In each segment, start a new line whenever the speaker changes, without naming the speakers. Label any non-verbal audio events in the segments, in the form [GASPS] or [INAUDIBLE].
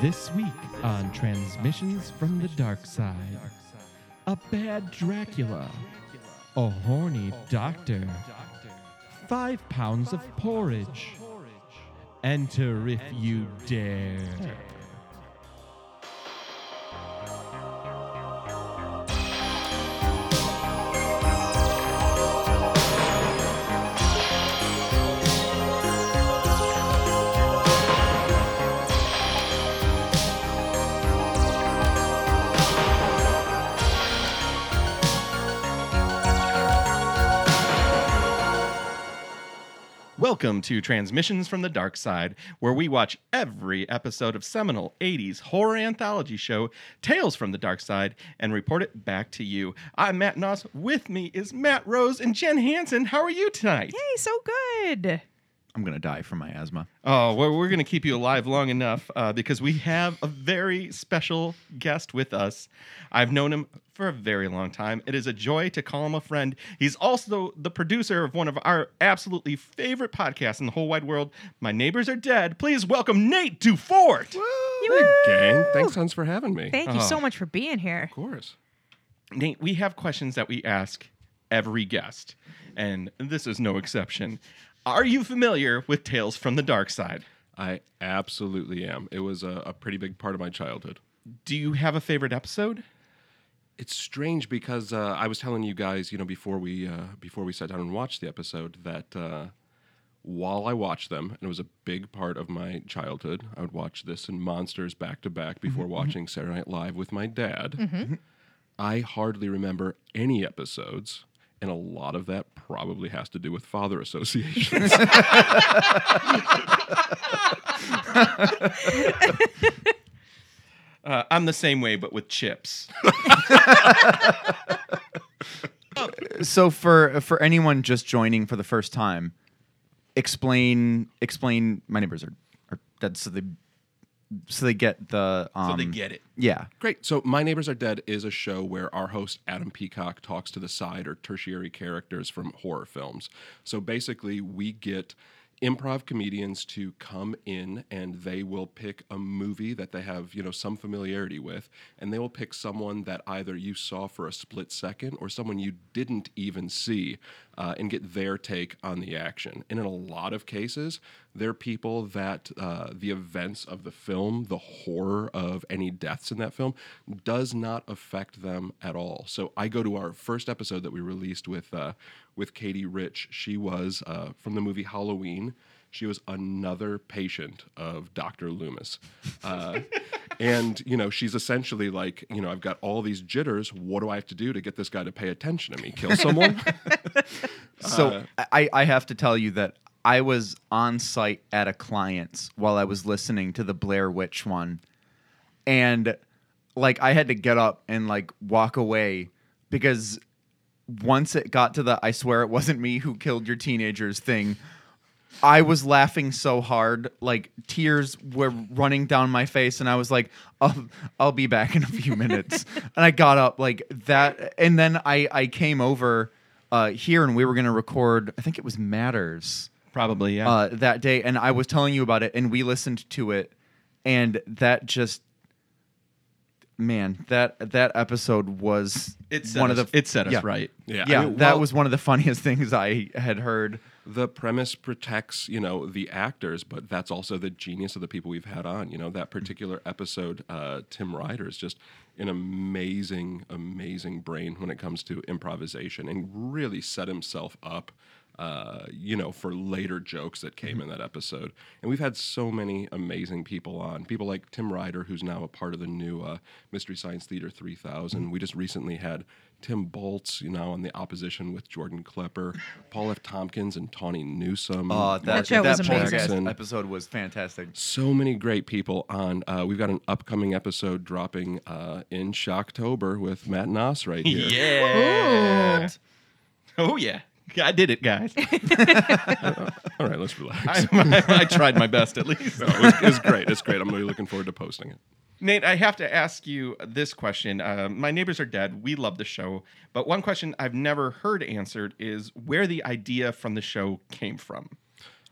This week on Transmissions from the Dark Side a bad Dracula, a horny doctor, five pounds of porridge. Enter if you dare. Welcome to Transmissions from the Dark Side, where we watch every episode of seminal 80s horror anthology show Tales from the Dark Side and report it back to you. I'm Matt Noss. With me is Matt Rose and Jen Hansen. How are you tonight?
Hey, so good.
I'm gonna die from my asthma.
Oh, well, we're going to keep you alive long enough uh, because we have a very special guest with us. I've known him for a very long time. It is a joy to call him a friend. He's also the producer of one of our absolutely favorite podcasts in the whole wide world, My Neighbors Are Dead. Please welcome Nate Dufort.
Woo!
gang. Thanks, Hans, for having me.
Thank you
Oh.
so much for being here.
of course.
Nate, we have questions that we ask every guest, and this is no exception. Are you familiar with Tales from the Dark Side?
I absolutely am. It was a, a pretty big part of my childhood.
Do you have a favorite episode?
It's strange because uh, I was telling you guys, you know, before we uh, before we sat down and watched the episode, that uh, while I watched them, and it was a big part of my childhood, I would watch this and Monsters back to
Mm-hmm,
back before watching Saturday Night Live with my dad. I hardly remember any episodes, and a lot of that probably has to do with father [LAUGHS] associations.
Uh, I'm the same way, but with chips.
So for for anyone just joining for the first time, explain explain my neighbors are, are dead so they so they get the um,
it.
yeah
Great. So, My Neighbors Are Dead is a show where our host, Adam Peacock, talks to the side or tertiary characters from horror films. So, basically, we get improv comedians to come in and they will pick a movie that they have, you know, some familiarity with, and they will pick someone that either you saw for a split second or someone you didn't even see uh, and get their take on the action. And in a lot of cases, they're people that uh, the events of the film, the horror of any deaths in that film, does not affect them at all. So I go to our first episode that we released with uh, with Katie Rich. She was uh, from the movie Halloween. She was another patient of Dr. Loomis. Uh, and, you know, she's essentially like, you know, I've got all these jitters. What do I have to do to get this guy to pay attention to me? Kill someone?
so I I have to tell you that I was on site at a client's while I was listening to the Blair Witch one, and like I had to get up and like walk away because once it got to the I swear it wasn't me who killed your teenagers thing, I was laughing so hard, like tears were running down my face, and I was like, "I'll, I'll be back in a
[LAUGHS]
few minutes." and I got up like that, and then I I came over uh, here, and we were gonna record. I think it was Matters
Probably, yeah.
uh, that day, and I was telling you about it, and we listened to it, and that just, man, that that episode was
It set
one
us-
of the
it set us
yeah.
right.
Yeah,
Yeah. I mean,
that
well-
was one of the funniest [LAUGHS] things I had heard.
the premise protects you know the actors but that's also the genius of the people we've had on you know that particular episode uh, tim ryder is just an amazing amazing brain when it comes to improvisation and really set himself up uh, you know for later jokes that came in that episode and we've had so many amazing people on people like tim ryder who's now a part of the new uh, mystery science theater 3000 we just recently had Tim Boltz, you know, on the opposition with Jordan Klepper, Paul F. Tompkins, and Tawny Newsom.
Oh, that,
Mark
show was
that
amazing.
podcast
Jackson.
episode was [LAUGHS] fantastic.
So many great people on. Uh, we've got an upcoming episode dropping uh, in Shocktober with Matt Noss right
[LAUGHS]
here.
Yeah. Oh yeah. I did it, [LAUGHS] guys. I,
[LAUGHS] All right, let's relax.
I- I tried my best at least.
it, was, it was great. It's great. I'm really looking forward to posting it.
Nate, I have to ask you this question. Uh, my neighbors are dead. We love the show, but one question I've never heard answered is where the idea from the show came from.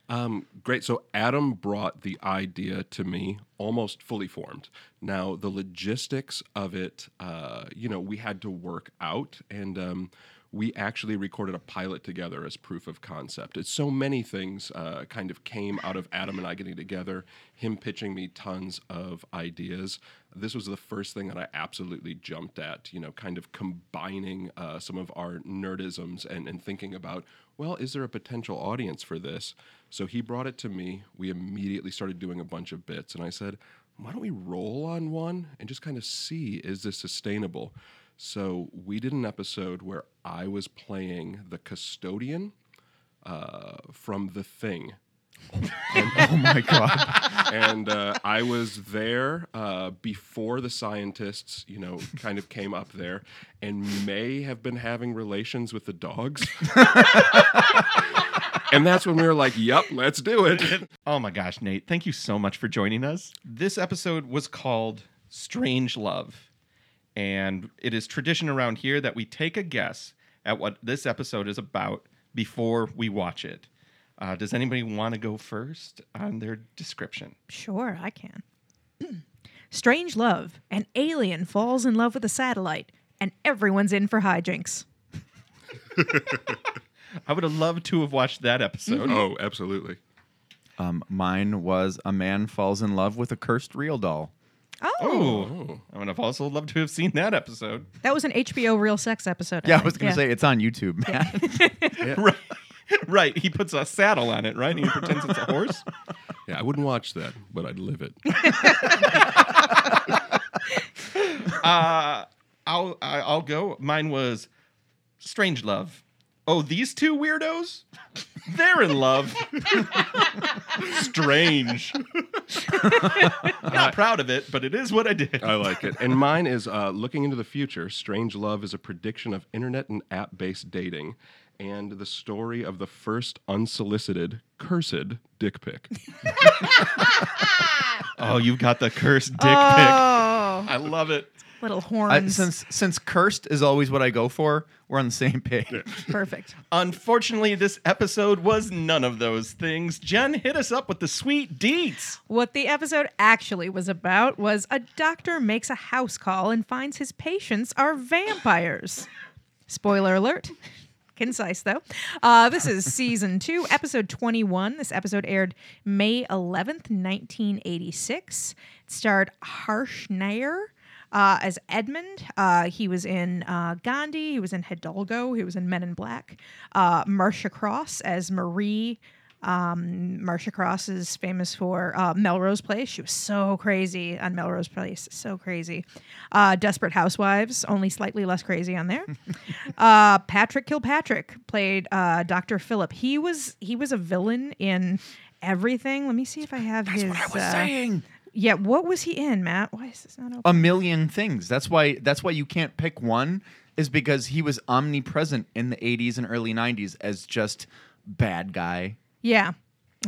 Um, great. So Adam brought the idea to me almost fully formed. Now the logistics of it, uh, you know, we had to work out, and um, we actually recorded a pilot together as proof of concept. It's so many things uh, kind of came out of Adam and I getting together. Him pitching me tons of ideas. This was the first thing that I absolutely jumped at. You know, kind of combining uh, some of our nerdisms and and thinking about well, is there a potential audience for this? So he brought it to me. We immediately started doing a bunch of bits, and I said, why don't we roll on one and just kind of see is this sustainable? So we did an episode where I was playing the custodian uh, from The Thing.
[LAUGHS] oh my god.
and uh, I was there uh, before the scientists, you know, kind of came up there and may have been having relations with the dogs. and that's when we were like, yep, let's do it.
Oh my gosh, Nate, thank you so much for joining us. This episode was called Strange Love. And it is tradition around here that we take a guess at what this episode is about before we watch it. Uh, does anybody want to go first on their description?
Sure, I can. [CLEARS THROAT] Strange love. An alien falls in love with a satellite, and everyone's in for hijinks.
I would have loved to have watched that episode.
Oh, absolutely.
[LAUGHS] Um, mine was a man falls in love with a cursed real doll.
Oh,
Oh, I would have also loved to have seen that episode. [LAUGHS]
that was an HBO Real Sex episode.
Yeah, I
think.
was gonna
Yeah.
say it's on YouTube, Matt.
Right. Right, he puts a saddle on it, right? He pretends it's a horse.
Yeah, I wouldn't watch that, but I'd live it.
uh, I'll I- I'll go. Mine was Strange Love. Oh, these two weirdos? [LAUGHS] They're in love. [LAUGHS] Strange. Not proud of it, but it is what I did.
I like it. And mine is uh, looking into the future. Strange Love is a prediction of internet and app based dating and the story of the first unsolicited, cursed dick pic.
[LAUGHS] Oh, you've got the cursed dick
oh,
pic. I love it.
little
I,
horns.
since since cursed is always what I go for, we're on the same page.
[LAUGHS] Perfect.
Unfortunately, this episode was none of those things. Jen hit us up with the sweet deets.
What the episode actually was about was a doctor makes a house call and finds his patients are vampires. Spoiler alert. Concise, though. Uh, this is season two, episode 21. This episode aired May 11th, 1986. It starred Harsh Nair. Uh, as Edmund, uh, he was in uh, Gandhi, he was in Hidalgo, he was in Men in Black. Uh, Marcia Cross as Marie um, Marcia Cross is famous for uh, Melrose Place. She was so crazy on Melrose Place, so crazy. Uh, Desperate Housewives, only slightly less crazy on there. uh, Patrick Kilpatrick played uh, Doctor Philip. He was he was a villain in everything. Let me see if I have his. uh, Yeah, what was he in, Matt? Why is this not open?
A million things. That's why that's why you can't pick one is because he was omnipresent in the 80s and early 90s as just bad guy.
Yeah.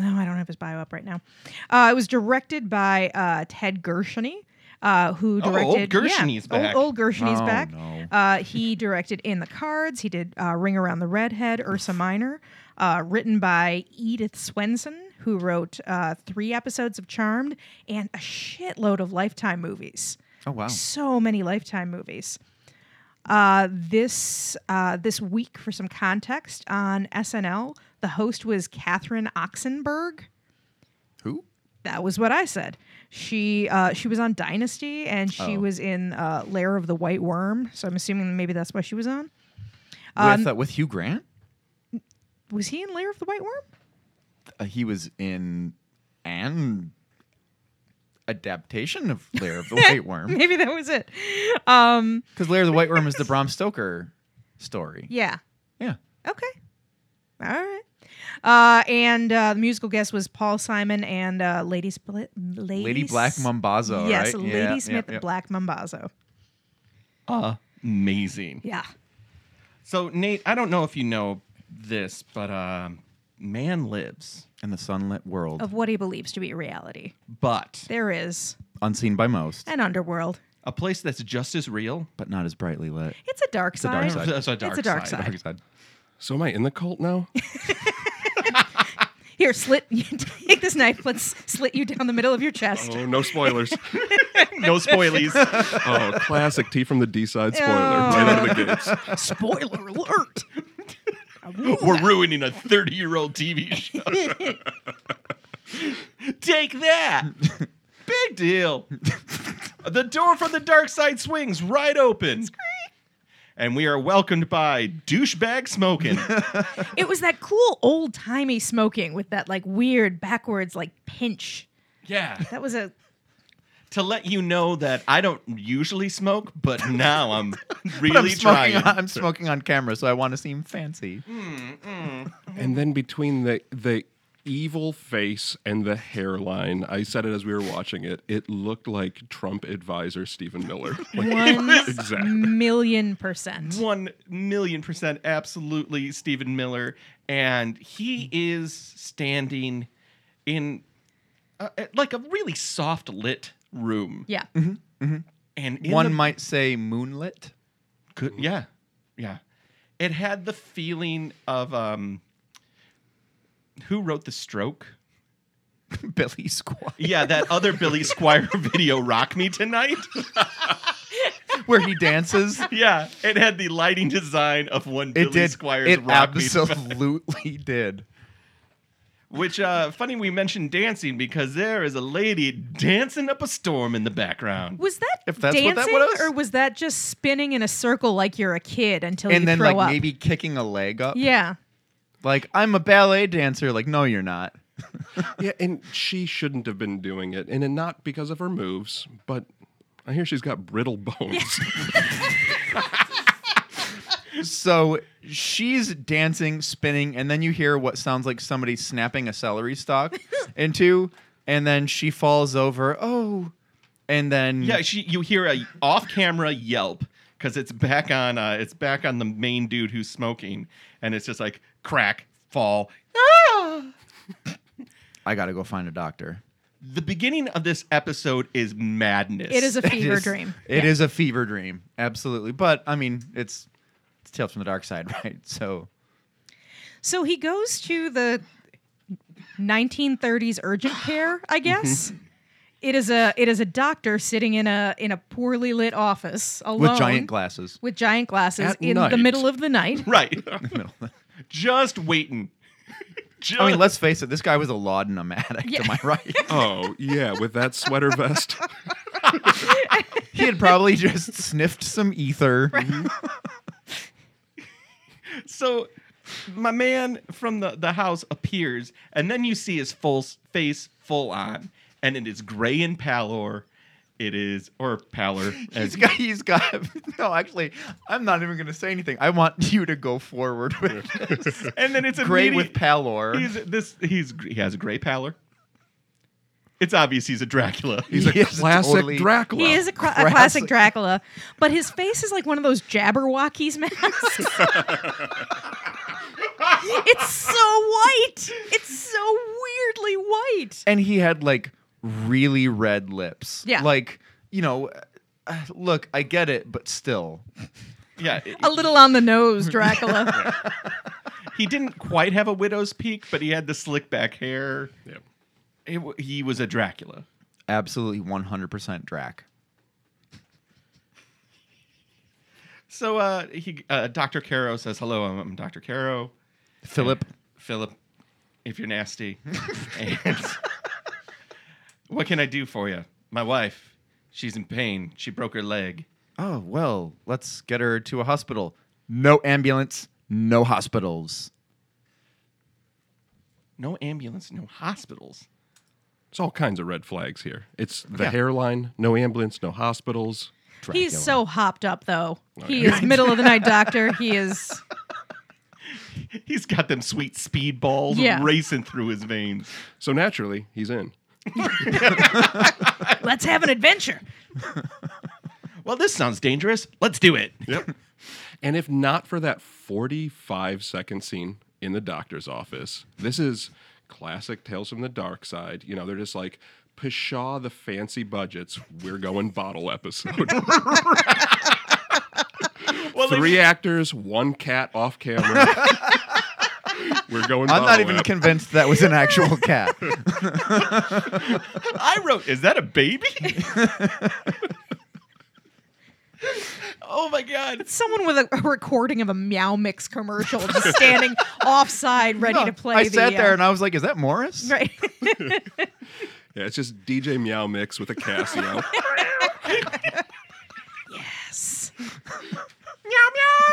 Oh, I don't have his bio up right now. Uh, it was directed by uh, Ted Gershony, uh, who
Oh,
directed.
old
yeah,
Gershony's back.
Old, old Gershony's
Oh,
back.
no.
Uh, he [LAUGHS] directed In the Cards. He did uh, Ring Around the Redhead, Ursa Minor, uh, written by Edith Swenson, who wrote uh, three episodes of Charmed and a shitload of Lifetime movies
Oh wow.
so many lifetime movies uh, this uh, this week for some context on snl the host was katherine oxenberg
Who?
that was what i said she uh, she was on dynasty and she
Oh.
was in uh, lair of the white worm so i'm assuming maybe that's why she was on Um,
with uh, with Hugh Grant?
was he in lair of the white worm [LAUGHS]
Uh, he was in an adaptation of
[LAUGHS]
Lair of the White Worm
maybe that was it
cuz Lair of the White Worm is the Bram Stoker story.
yeah
Yeah.
Okay. All right. Uh, and uh, the musical guest was Paul Simon and uh, Lady Split. Lady,
Lady Black
S-
Mambazo,
Yes,
right?
Lady
Yeah,
Smith
yep, yep.
Black Mambazo.
Amazing.
Yeah.
So, Nate, I don't know if you know this, but um, man lives,
In the sunlit world,
Of what he believes to be reality.
but
There is
unseen by most,
an underworld.
a place that's just as real.
but not as brightly lit.
It's a dark
a
side.
dark side.
That's a dark,
It's a dark side.
side.
So am I in the cult now?
Here, slit. [LAUGHS] take this knife. Let's slit you down the middle of your chest.
Oh, no
[LAUGHS]
spoilers.
[LAUGHS] No spoilies.
oh, classic T from the D side spoiler.
Oh.
Right out of the
[LAUGHS]
[LAUGHS]
gates.
Spoiler alert.
We're ruining a 30 year old TV show. [LAUGHS] Take that. [LAUGHS] Big deal. [LAUGHS] the door from the dark side swings right open. And we are welcomed by douchebag [LAUGHS] smoking.
It was that cool old timey smoking with that like weird backwards like pinch.
yeah.
That was
[LAUGHS]
a
To let you know that I don't usually smoke, [LAUGHS] but now I'm really
I'm smoking,
trying.
on, I'm smoking on camera, so I want to seem fancy.
Mm.
And then between the the evil face and the hairline, I said it as we were watching it. It looked like Trump advisor Stephen
[LAUGHS]
Miller. Like,
one
[LAUGHS] exactly.
million percent.
one million percent absolutely Stephen Miller, and he is standing in uh, uh, like a really soft lit room,
Yeah.
Mm-hmm.
and in
One
the-
might say moonlit. [LAUGHS]
could- yeah, yeah, it had the feeling of um, who wrote the stroke?
Billy Squire,
Yeah, that other Billy Squire [LAUGHS] video, "Rock Me Tonight."
where he dances.
Yeah, it had the lighting design of one Billy
it did.
Squire's
it
"Rock Me Tonight."
absolutely
[LAUGHS]
did.
Which uh funny we mentioned dancing because there is a lady dancing up a storm in the background.
Was that
If that's
dancing
what that was.
or was that just spinning in a circle like you're a kid until you
And then
throw
like
up?
maybe kicking a leg up.
yeah.
Like I'm a ballet dancer. Like no, you're not.
Yeah, and she shouldn't have been doing it, and it not because of her moves, but I hear she's got brittle
[LAUGHS]
bones. [LAUGHS]
So she's dancing, spinning, and then you hear what sounds like somebody snapping a celery stalk into, and then she falls over. Oh, and then
Yeah, she you hear a off-camera yelp because it's back on uh it's back on the main dude who's smoking and it's just like crack, fall. Ah!
I gotta go find a doctor.
The beginning of this episode is madness.
It is a
[LAUGHS] It
fever
is-
dream.
It is a fever dream, absolutely. But I mean, it's it's Tales from the Dark Side, [LAUGHS] right? So
So he goes to the 1930s urgent care, I guess. It is a it is a doctor sitting in a in a poorly lit office alone
with giant glasses.
with giant glasses
At
in the
night.
middle of
[LAUGHS]
the night. [LAUGHS]
right. just waiting. Just,
I mean, let's face it, this guy was a laudanum addict.
Yeah.
Am I
[LAUGHS]
right?
oh, yeah, with that sweater vest.
he had probably just sniffed some ether.
So my man from the, the house appears, and then you see his full s- face full on, and it is gray and pallor. It is or pallor.
[LAUGHS] He's
As,
got. He's got. [LAUGHS] No, actually, I'm not even going to say anything. I want [LAUGHS] you to go forward with this.
and then it's
Great [LAUGHS]
immediate-
with pallor.
He's this. He's gr- he has a gray pallor. It's obvious he's a Dracula.
He's a
[LAUGHS] He is
classic
totally-
Dracula.
He is a, cla- a
classic.
classic Dracula, but his face is like one of those Jabberwockies masks. it's so white. It's so weirdly white.
and he had like really red lips.
Yeah.
Like you know, uh, look, I get it, but still,
[LAUGHS] yeah,
A little on the nose, Dracula.
he didn't quite have a widow's peak, but he had the slick back hair.
Yeah.
It w- he was a Dracula.
absolutely 100% Drac.
So uh, he uh, Dr. Caro says hello. I'm, I'm Dr. Caro.
Philip,
Philip, if you're nasty, and what can I do for you? My wife, she's in pain. She broke her leg.
oh well, let's get her to a hospital. No ambulance, no hospitals.
No ambulance, no hospitals.
It's all kinds of red flags here. It's the
Yeah.
hairline, no ambulance, no hospitals.
He's
Dracula.
so hopped up, though.
Oh,
He is middle of the
[LAUGHS]
night doctor. He is.
He's got them sweet speed balls
Yeah.
racing through his veins.
So naturally, he's in.
Let's have an adventure.
Well, this sounds dangerous. Let's do it.
Yep. [LAUGHS] and if not for that 45 second scene in the doctor's office, this is classic Tales from the Dark Side. You know, they're just like, pshaw the fancy budgets, we're going bottle
[LAUGHS]
episode.
Well, they-
[LAUGHS]
Three actors, one cat off camera. We're going.
I'm not
bottle
even
app.
convinced that was an actual cat.
I wrote, is that a baby? oh my god.
Someone with a, a recording of a Meow Mix commercial
[LAUGHS]
just standing offside, ready to play.
I
the,
sat there
uh,
and I was like, "Is that Morris?"
[LAUGHS]
Right. [LAUGHS]
Yeah, it's just DJ Meow Mix with a Casio.
yes.
Meow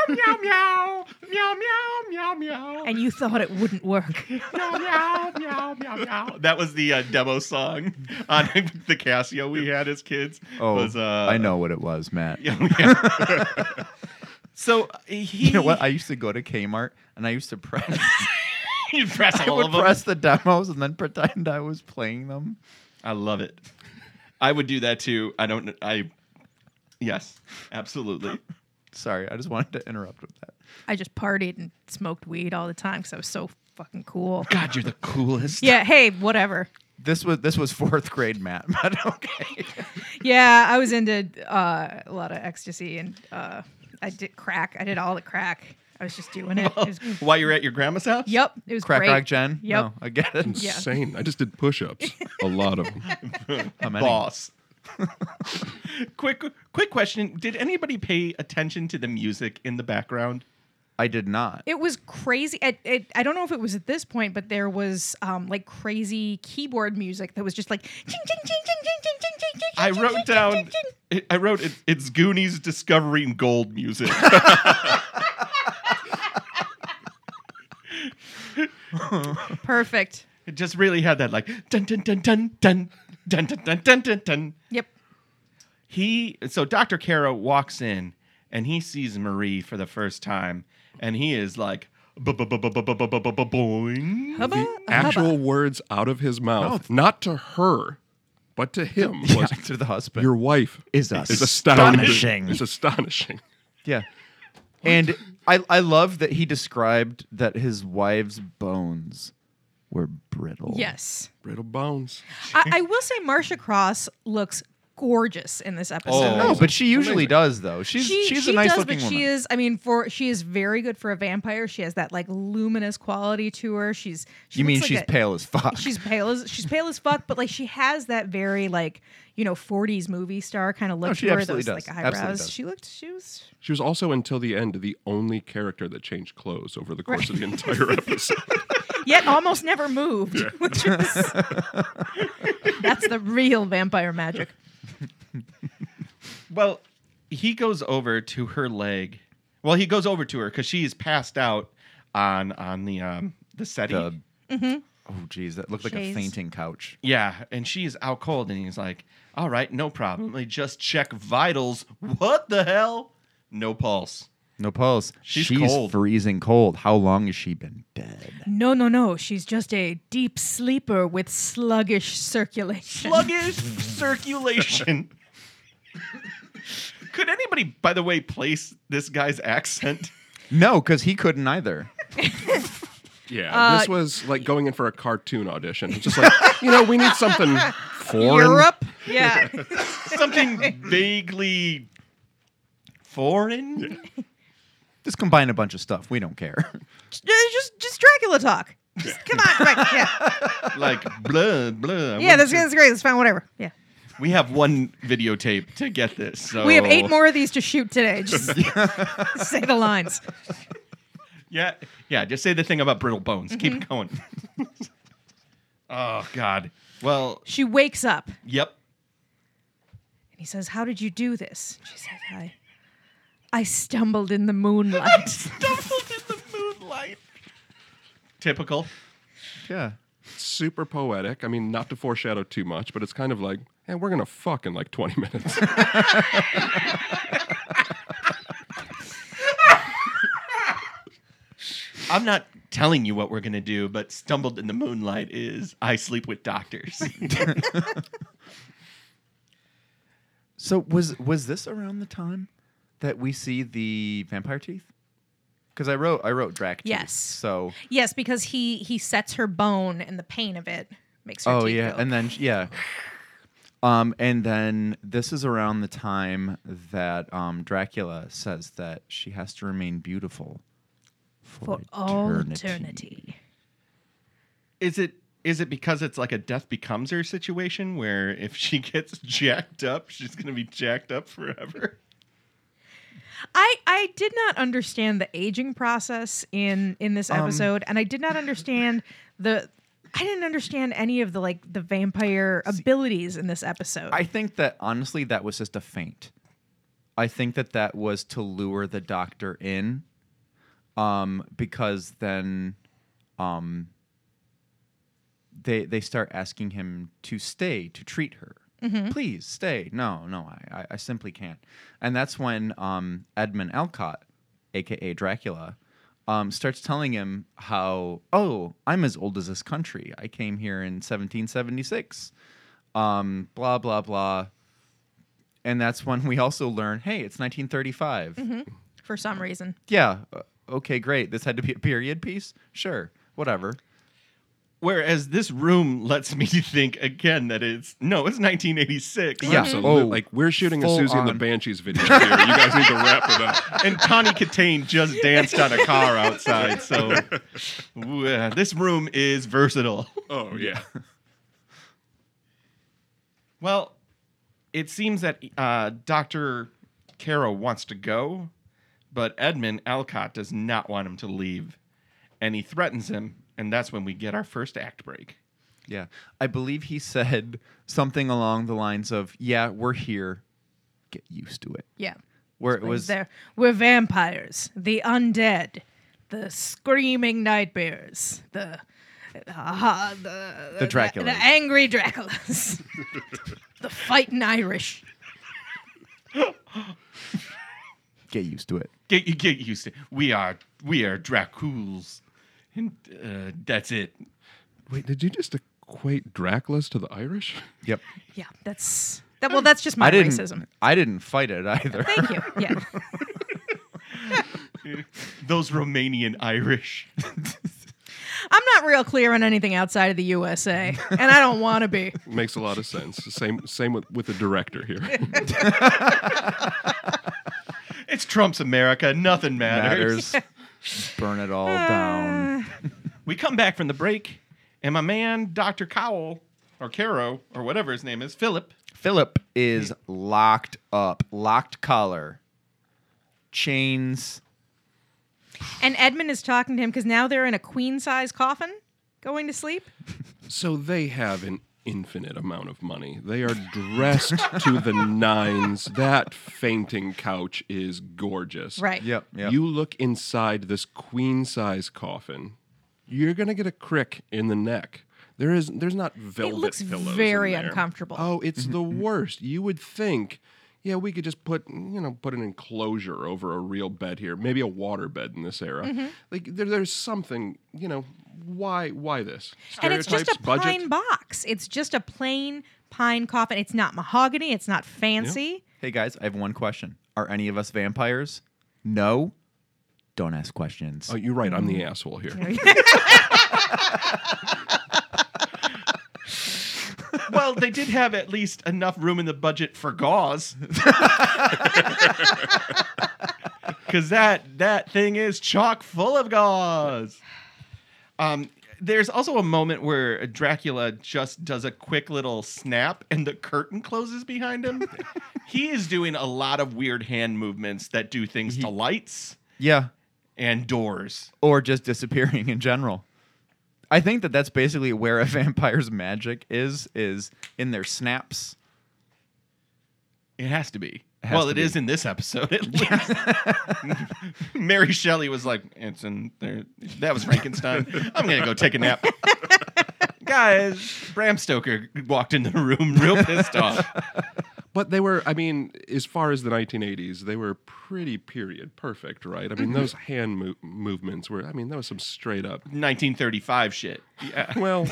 meow meow meow meow meow meow meow.
And you thought it wouldn't work.
Meow, meow, meow, meow, meow. That was the uh, demo song on [LAUGHS] the Casio we had as kids.
Oh,
was, uh,
I know what it was,
[LAUGHS]
Matt.
Yeah, [LAUGHS] yeah. [LAUGHS] so uh, he,
[LAUGHS] You know
[LAUGHS]
what? I used to go to Kmart and I used
[LAUGHS]
to press.
You'd press
I
all
would
of them.
press the demos and then pretend I was playing them.
I love it. I would do that too. I don't. I. Yes, absolutely.
Sorry, I just wanted to interrupt with that.
I just partied and smoked weed all the time because I was so fucking cool.
God, you're the coolest.
Yeah. Hey, whatever.
This was this was fourth grade, Matt. [LAUGHS] But okay.
Yeah, I was into uh, a lot of ecstasy and uh, I did crack. I did all the crack. I was just doing it. it was,
While you're at your grandma's house.
yep, it was
Crack
great.
Rock Jen.
Yep.
No, I get it.
Yeah.
Insane. I just did push-ups, a lot of them.
How many?
boss. [LAUGHS] quick, quick question. Did anybody pay attention to the music in the background?
I did not.
It was crazy. It, it, I don't know if it was at this point, but there was um, like crazy keyboard music that was just like. ching, ching, ching, ching, ching, ching, ching, ching, ching,
I
ching,
wrote
ching,
down.
ching, ching.
it- I wrote it, it's Goonies discovering gold music. [LAUGHS]
Perfect.
it just really had that like dun dun dun dun dun dun dun dun dun dun. dun.
Yep.
He so Dr. Caro walks in and he sees Marie for the first time and he is like boing.
Hubba,
The
hubba.
actual words out of his mouth, not to her, but to [LAUGHS] him,
Yeah,
was
[LAUGHS] to the husband.
your wife
Is
is astonishing.
astonishing.
It's astonishing.
Yeah. And I, I love that he described that his wife's bones were brittle.
Yes.
Brittle bones.
I, I will say Marsha Cross looks gorgeous in this episode.
No, but she usually
Amazing.
does though. She's
She,
she's
she
a nice
does,
looking
but
woman.
she is. I mean, for she is very good for a vampire. She has that like luminous quality to her. She's. She
you
looks
mean
like
she's
a-
pale as fuck?
She's pale as she's pale as fuck, but like she has that very like you know 40s movie star kind of look.
she
to her,
absolutely
those,
does.
Like
Absolutely
eyebrows.
does.
She looked. She was.
She was also until the end the only character that changed clothes over the course of the entire episode.
Yet almost never moved. [LAUGHS] Which
[LAUGHS]
is, that's the real vampire magic.
Well, he goes over to her leg. Well, he goes over to her cuz she's passed out on on the um the setting.
The- Oh geez, that looked like
Shades.
a fainting couch.
Yeah, and she's out cold, and he's like, "All right, no problem. Let me just check vitals. What the hell? No pulse.
No pulse.
She's cold.
freezing cold. How long has she been dead?
No, no, no. She's just a deep sleeper with sluggish circulation.
Sluggish circulation." Could anybody, by the way, place this guy's accent?
No, because he couldn't either.
Yeah,
Uh,
this was like going in for a cartoon audition. It's just like, you know, we need something foreign.
Europe. Yeah. [LAUGHS]
Something vaguely foreign.
Just combine a bunch of stuff. We don't care.
Yeah, just just Dracula talk. Just, come on,
[LAUGHS]
right? Yeah,
like blah blah.
yeah. That's, that's great. That's fine. Whatever. Yeah,
we have one videotape to get this. So
we have
Oh.
eight more of these to shoot today. Just
[LAUGHS]
[LAUGHS] say the lines.
Yeah, yeah. Just say the thing about brittle bones. Keep going.
Mm-hmm.
oh God. Well,
She wakes up and
yep.
he says, "How did you do this?" She says, "I, I stumbled in the moonlight." [LAUGHS]
Stumbled in the moonlight. Typical.
[LAUGHS] yeah.
Super poetic. I mean, not to foreshadow too much, but it's kind of like, hey, we're going to fuck in like 20 minutes.
I'm not telling you what we're gonna do, but stumbled in the moonlight is I sleep with doctors.
So was was this around the time that we see the vampire teeth? Because I wrote I wrote Drac. teeth,
Yes.
So
yes, because he he sets her bone, and the pain of it makes her.
oh
teeth
yeah,
go.
and then yeah, um, and then this is around the time that um, Dracula says that she has to remain beautiful
for all eternity.
[LAUGHS] is it is it because it's like a death becomes her situation where if she [LAUGHS] gets jacked up, she's gonna be jacked up forever?
I I did not understand the aging process in in
Um.
this episode, and I did not understand the. I didn't understand any of the like the vampire abilities in this episode.
I think that honestly, that was just a feint. I think that that was to lure the doctor in, um, because then, um, they they start asking him to stay to treat her. Please stay. No, no, I, I, I simply can't. And that's when um, Edmund Alcott, aka Dracula, um, starts telling him how, oh, I'm as old as this country. I came here in 1776. Um, blah blah blah. And that's when we also learn, hey, it's 1935.
Mm-hmm. for some reason.
Yeah, uh, okay, great. This had to be a period piece. Sure, whatever.
Whereas this room lets me [LAUGHS] think again that it's no, it's 1986.
Yeah.
Absolutely.
Oh,
like we're shooting a
full
Susie and the
on.
Banshees video here. You guys need to wrap it [LAUGHS] up.
and Connie Catane just danced on a car [LAUGHS] outside. So yeah, this room is versatile.
Oh yeah.
Well, it seems that uh, Dr. Kara wants to go, but Edmund Alcott does not want him to leave. And he threatens him, and that's when we get our first act break.
Yeah. I believe he said something along the lines of, yeah, we're here. Get used to it.
Yeah.
Where it was,
there. We're vampires, the undead, the screaming nightmares, the uh, the,
The Draculas.
the angry Draculas, [LAUGHS] the fighting Irish.
get used to it.
Get you get used to. We are we are Dracules, and uh, that's it.
Wait, did you just equate Dracula's to the Irish?
Yep.
Yeah, that's that. Well, that's just my
I didn't.
racism.
I didn't fight it either. [LAUGHS]
Thank you. Yeah,
Those Romanian Irish. [LAUGHS]
I'm not real clear on anything outside of the USA, and I don't want to be.
Makes a lot of sense. Same same with, with the director [LAUGHS] here.
It's Trump's America. Nothing matters.
Matters. Burn
[LAUGHS]
it all
Uh,
down.
We come back from the break, and my man Dr. Cowell or Caro or whatever his name is, Philip.
Philip is locked up, locked collar, chains.
[LAUGHS] And Edmund is talking to him because now they're in a queen size coffin, going to sleep.
So they have an infinite amount of money. They are dressed to the nines. That fainting couch is gorgeous.
Right.
Yep. Yep.
You look inside this queen size coffin, you're gonna get a crick in the neck. There is there's not velvet.
It looks
pillows in
very
there.
uncomfortable.
Oh, it's the worst. You would think, yeah, we could just put you know put an enclosure over a real bed here, maybe a water bed in this era.
Mm-hmm.
Like there, there's something you know. Why why this?
and it's just a
budget.
pine box. It's just a plain pine coffin. It's not mahogany. It's not fancy.
Hey guys, I have one question. Are any of us vampires? No. Don't ask questions.
Oh, you're right. I'm
Mm-hmm.
the asshole here.
Well, they did have at least enough room in the budget for gauze. [LAUGHS] Cause that that thing is chock full of gauze. Um there's also a moment where Dracula just does a quick little snap and the curtain closes behind him. he is doing a lot of weird hand movements that do things to lights
Yeah.
and doors.
or just disappearing [LAUGHS] in general. I think that that's basically where a vampire's magic is is in their snaps.
It has to be.
has
well,
to
it is
be.
in this episode. At least. [LAUGHS] Mary Shelley was like, "It's in there. That was Frankenstein. I'm gonna go take a
[LAUGHS]
nap." Guys, Bram Stoker walked in the room real pissed off.
[LAUGHS]
But they were, I mean, as far as the 1980s, they were pretty period perfect, right? I mean, those hand mo- movements were, I mean, that was some straight up.
1935 shit. Yeah,
Well,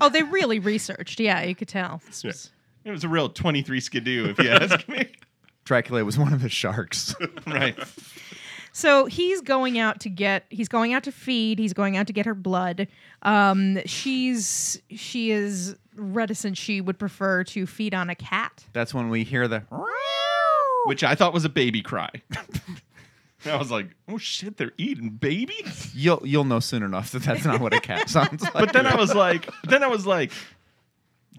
Oh, they really researched. Yeah, you could tell. This
Yeah.
was-
it was a real 23 skidoo, if you ask me.
[LAUGHS]
[LAUGHS]
Dracula was one of the sharks.
Right.
So he's going out to get. He's going out to feed. He's going out to get her blood. Um, she's she is reticent. She would prefer to feed on a cat.
that's when we hear the
Which I thought was a baby cry. And I was like, oh shit, they're eating babies.
You'll you'll know soon enough that that's not what a cat sounds like.
But then I was like, then I was like,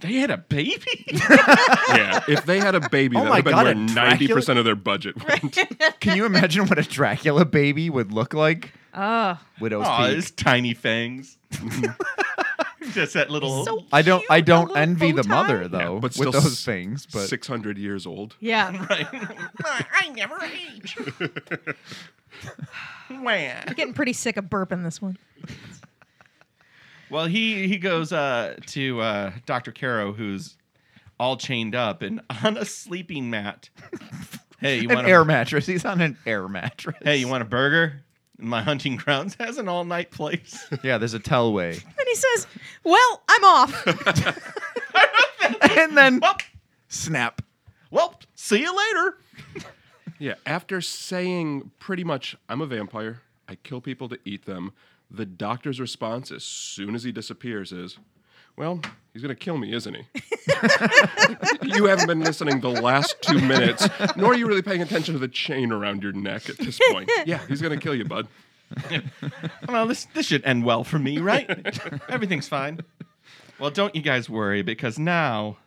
they had a baby.
yeah, if they had a baby,
Oh
that
my
would have
God, a
been where ninety percent of their budget went.
Can you imagine what a Dracula baby would look like?
Oh,
Widow's
Aw,
Peak.
his tiny
[LAUGHS]
fangs. [LAUGHS] Just that little.
so
I don't I
cute, a
don't
little
envy
bow
the
tie.
mother though
Yeah, but
with
still
those
s-
things. But
Six hundred years old.
Yeah,
[LAUGHS] right. I never age. Wah.
getting pretty sick of burping this one.
Well, he he goes uh, to uh, Doctor Caro, who's all chained up and [LAUGHS] on a sleeping
[LAUGHS]
mat. hey, you
an
want
air
a,
mattress. He's on an air mattress.
hey, you want a burger? My hunting grounds has an all night
[LAUGHS]
place.
Yeah, there's
[LAUGHS]
a tellway.
Then he says, "Well, I'm off."
and then
well,
snap.
well, see you later.
Yeah, after saying pretty much, I'm a vampire. I kill people to eat them. The doctor's response, as soon as he disappears, is, "Well, he's gonna kill me, isn't he?" [LAUGHS] you haven't been listening the last two minutes, nor are you really paying attention to the chain around your neck at this point. Yeah, he's gonna kill you, bud.
Well, this this should end well for me, right?
[LAUGHS]
Everything's fine. Well, don't you guys worry because now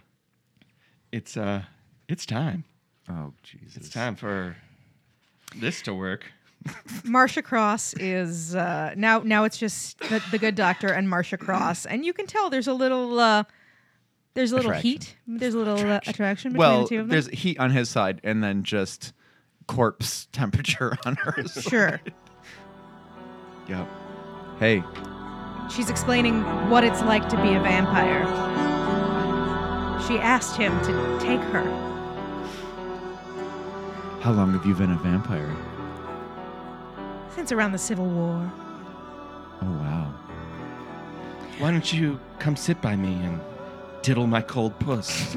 it's uh it's time.
Oh Jesus.
It's time for this to work.
Marcia Cross is uh, now now it's just the, the good doctor and Marcia Cross, and you can tell there's a little uh, there's a little
Attraction.
heat, there's a little uh, attraction between
Well,
the two of them.
there's heat on his side and then just corpse [LAUGHS] temperature
[LAUGHS]
on hers.
sure,
Yep. Hey,
she's explaining what it's like to be a vampire. She asked him to take her.
how long have you been a vampire?
Since around the Civil War,
Oh wow.
Why don't you come sit by me and diddle my cold puss?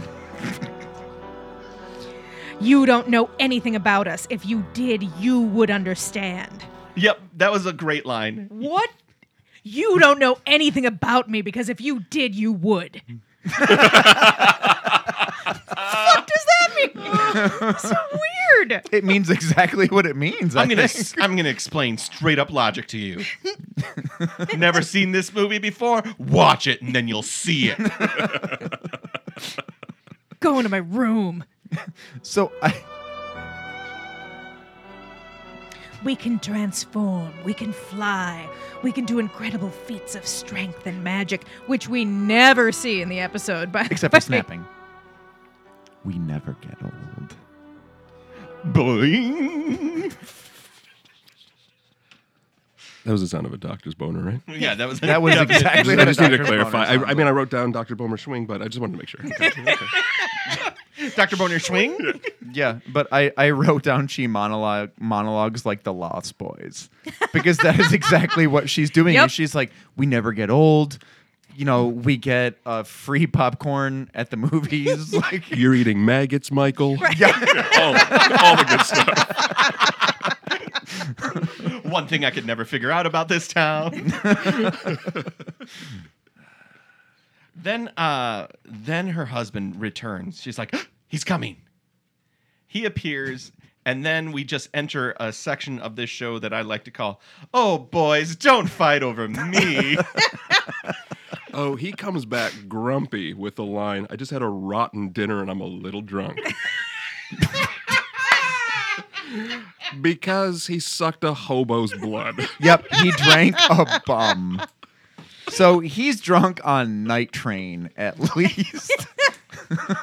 you don't know anything about us. If you did, you would understand.
[LAUGHS] yep, that was a great line.
What? You don't know anything about me because if you did, you would. [LAUGHS] what does that mean? [LAUGHS] so weird.
It means exactly what it means. I
I'm gonna
think.
s- I'm gonna explain straight up logic to [LAUGHS] you. Never seen this movie before? Watch it and then you'll see it.
Go into my room.
So I
We can transform. We can fly. We can do incredible feats of strength and magic, which we never see in the episode. By
except for snapping. We never get old.
Boing.
That was the sound of a doctor's boner, right?
Yeah, that was
That was
I
exactly
just, [LAUGHS]
what
I
a
just need to
Dr. Boner
clarify. I,
sounds
I mean, I wrote down Dr. Bomer Swing, but I just wanted to make sure. Okay, okay.
Dr. Boner Swing. [LAUGHS]
Yeah, but I, I wrote down she monologue monologues like the Lost Boys because that is exactly what she's doing.
Yep.
Is she's like, we never get old. You know, we get uh, free popcorn at the movies.
[LAUGHS]
like,
You're eating maggots, Michael. [LAUGHS]
yeah,
All, all the good stuff.
One thing I could never figure out about this town. [LAUGHS] then uh then her husband returns. She's like, [GASPS] "He's coming." He appears and then we just enter a section of this show that I like to call, "Oh boys, don't fight over [LAUGHS] me."
Oh, he comes back grumpy with the line, I just had a rotten dinner and I'm a little drunk. because he sucked a hobo's blood.
yep. He drank a bum. So he's drunk on night train at least.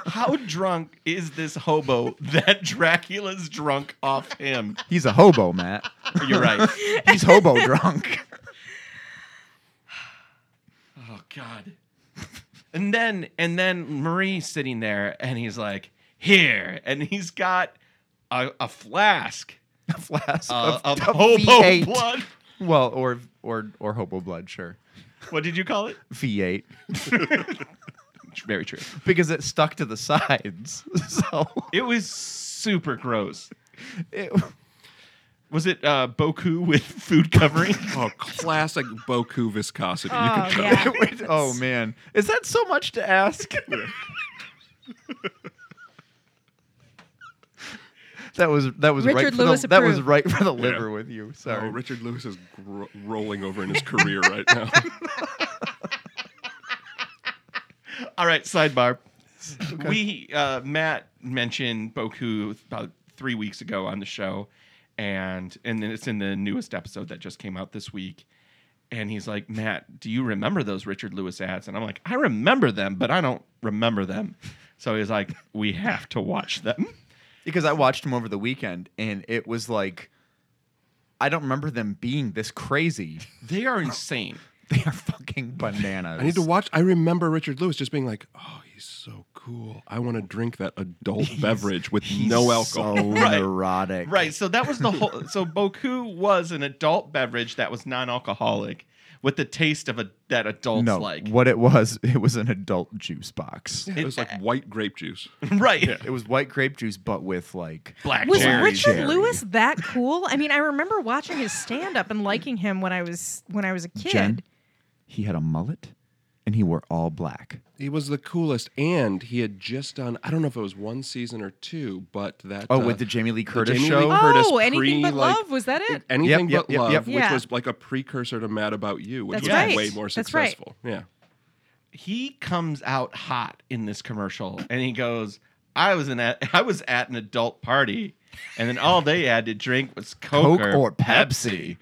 How drunk is this hobo that Dracula's drunk off him?
he's a hobo, Matt.
You're right.
He's hobo drunk.
Oh God. And then and then Marie's sitting there and he's like, here. And he's got a, a flask
A flask
uh,
of,
of,
of
hobo
V8.
blood.
Well, or or or hobo blood, sure.
What did you call it?
[LAUGHS]
V8
Very true.
because it stuck to the sides. [LAUGHS] So
It was super gross.
it,
Was it uh, Boku with food covering?
Oh, classic Boku viscosity. you
Oh,
can tell.
[LAUGHS] yeah.
[LAUGHS] it was- oh man, is that so much
[LAUGHS]
to ask? That was that was right
Richard
for
Lewis
the, that was
approved.
right for the liver with you.
Oh,
Sorry.
Richard Lewis is gro- rolling over in his career right
[LAUGHS]
now.
All right, [LAUGHS] sidebar. We uh, Matt mentioned Boku about three weeks ago on the show, and and then it's in the newest episode that just came out this week. And he's like, Matt, do you remember those Richard Lewis ads? And I'm like, I remember them, but I don't remember them. So he's like, we have to watch them.
because I watched them over the weekend and it was like I don't remember them being this crazy. [LAUGHS]
They are insane.
They are fucking bananas.
I need to watch. I remember Richard Lewis just being like, "Oh, he's so cool. I want to drink that adult beverage with
He's
no alcohol." [LAUGHS]
[LAUGHS] So
Right.
neurotic.
Right. So that was the whole. So Boku was an adult beverage that was non-alcoholic, with the taste of a that adults
No,
like.
what it was, [LAUGHS] it was an adult juice box.
It was like white grape juice.
Right.
It was white grape juice, but with like
Black
Was
cherry.
Richard
Jerry.
Lewis that cool? I mean, I remember watching his stand up and liking him when I was when I was a kid.
Jen. He had a mullet, and he wore all black.
He was the coolest, and he had just done. I don't know if it was one season or two, but that.
Oh,
uh,
with the Jamie Lee Curtis
Jamie Lee
show.
Cur- Curtis
oh, anything
pre,
but
like,
love was that it?
anything
Yep,
but
yep,
love,
yep, yep.
which
Yeah.
was like a precursor to Mad About You, which
That's
was
right.
way more
That's right.
successful. Yeah.
he comes out hot in this commercial and he goes i was in a, i was at an adult party and then all they had to drink was coke,
Coke or Pepsi.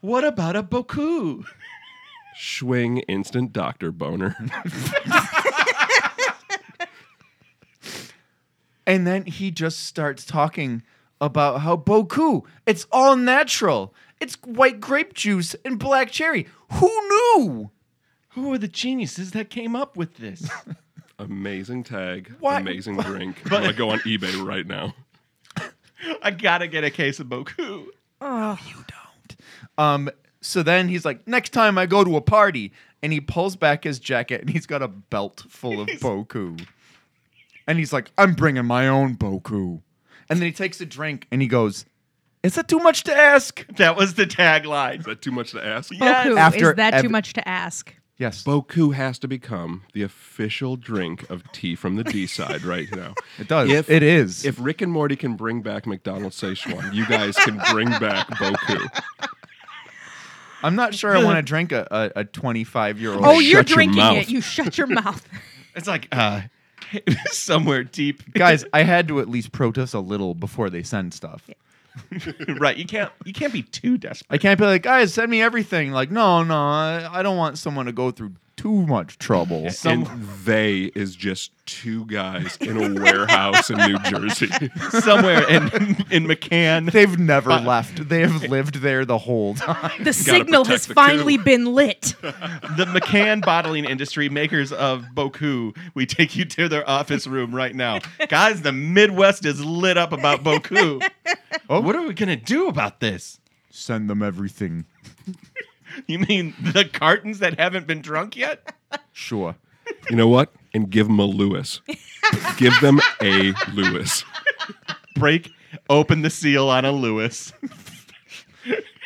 what about a boku
Swing instant doctor boner. [LAUGHS]
And then he just starts talking about how Boku, it's all natural. It's white grape juice and black cherry. Who knew?
who are the geniuses that came up with this [LAUGHS]
amazing tag.
Why-
Amazing
[LAUGHS]
drink. I'm gonna go on eBay right now.
i gotta get a case of boku
Oh,
Don't. Um, so then he's like, next time I go to a party, and he pulls back his jacket and he's got a belt full of Boku. And he's like, I'm bringing my own Boku. And then he takes a drink and he goes, Is that too much to ask?
that was the tagline
Is that too much to ask?
Boku,
After
is that
ev-
too much to ask?
Yes.
Boku has to become the official drink of tea from the D side right now.
[LAUGHS] It does.
If-
it is.
If Rick and Morty can bring back McDonald's Szechuan, you guys can bring back Boku.
I'm not sure I want to drink a, a, a 25 year old.
Oh, you're
shut your
drinking
mouth.
it. You shut your
[LAUGHS]
mouth.
it's like uh [LAUGHS] somewhere deep
guys, I had to at least protest a little before they send stuff.
right you can't you can't be too
[LAUGHS]
desperate
I can't be like, guys, send me everything. Like, no, no, I I don't want someone to go through too
[LAUGHS]
much trouble.
Some-
and they is just two guys in a warehouse in New [LAUGHS] Jersey.
somewhere in in mccann
[LAUGHS] They've never left. They have lived there the whole [LAUGHS] time.
The signal
protect
has
the coup.
finally been
[LAUGHS]
lit.
the McCann bottling industry, makers of Boku, we take you to their office room right now. Guys, the Midwest is lit up about Boku. [LAUGHS]
Oh.
What are we going to do about this?
Send them everything.
You mean the cartons that haven't been drunk yet?
Sure.
You know what? And give them a Lewis. give them a Lewis.
Break open the seal on a Lewis.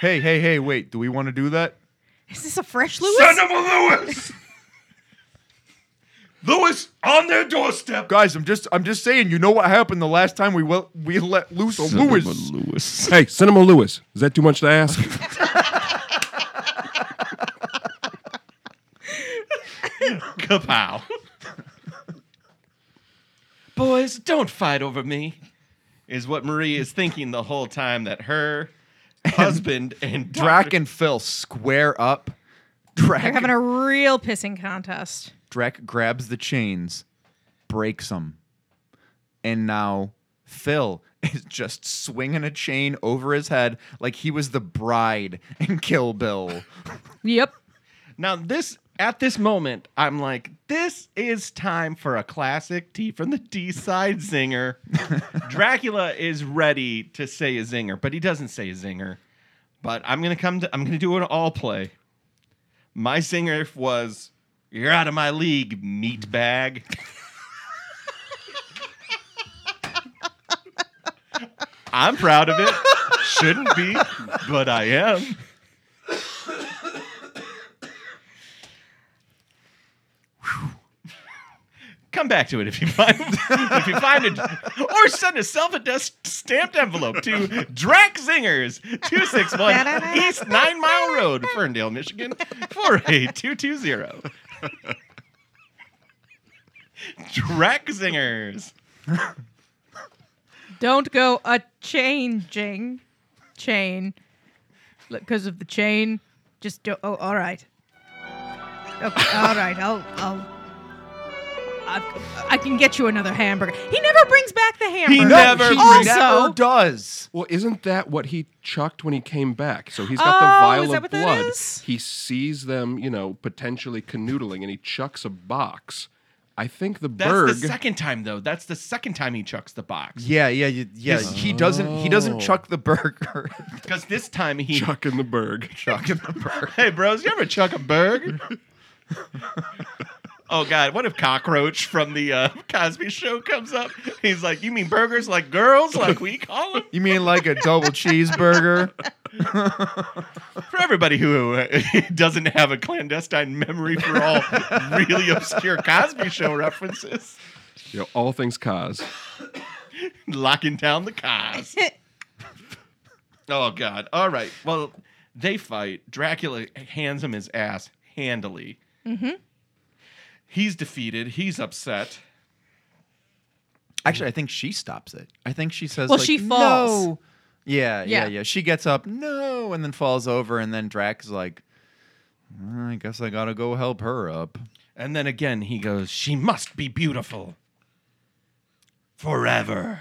Hey, hey, hey, wait. Do we want to do that?
Is this a fresh Lewis?
of a Lewis! [LAUGHS] Lewis on their doorstep.
Guys, I'm just I'm just saying, you know what happened the last time we wel- we let loose a Lewis.
Lewis.
Hey, send them a Lewis. Is that too much to ask?
Kapow. Boys, don't fight over me, is what Marie is thinking the whole time that her husband and
Drac
Doctor-
and Phil square up. Drac
They're having a real pissing contest.
Drek grabs the chains, breaks them, and now Phil [LAUGHS] is just swinging a chain over his head like he was the bride in Kill Bill.
Yep.
Now this at this moment, I'm like, this is time for a classic T from the D side zinger. Dracula is ready to say a zinger, but he doesn't say a zinger. But I'm gonna come to I'm gonna do an all play. My zinger was You're out of my league, meat bag. I'm proud of it. Shouldn't be, but I am. Come back to it if you find if you find it, or send a self-addressed stamped envelope to Drac Zingers, two six one East Nine Mile Road, Ferndale, Michigan, four eight two two zero. Drac Zingers.
Don't go a changing chain because of the chain. Just do. Oh, all right. Okay, all right. I'll. I'll. I, I can get you another hamburger. He never brings back the hamburger.
He never
he
brings-
never
Also-
does.
Well, isn't that what he chucked when he came back? So he's got the
Oh,
vial
is that
of
what that
blood.
is?
He sees them, you know, potentially canoodling, and he chucks a box. I think the
That's
Berg.
the
[LAUGHS]
second time though. That's the second time he chucks the box.
Yeah, yeah, y- yeah. He doesn't. He doesn't chuck the burger. [LAUGHS]
Because this time he
chucking the Berg.
Chucking the burger.
Hey, bros, you ever chuck a berg? oh God, what if cockroach from the uh, Cosby Show comes up? He's like, you mean burgers like girls, like we call them?
You mean like a [LAUGHS] double cheeseburger?
For everybody who uh, [LAUGHS] doesn't have a clandestine memory for all really obscure Cosby Show references,
You know, all things cause.
locking down the cos. Oh God! All right. Well, they fight. Dracula hands him his ass handily. Mm-hmm. He's defeated. He's upset.
Actually, I think she stops it. I think she says,
Well,
like,
she falls.
"No." Yeah, yeah,
Yeah.
yeah. She gets up, no, and then falls over, and then Drac is like, "Uh, I guess I gotta go help her up.
And then again, he goes, She must be beautiful. Forever.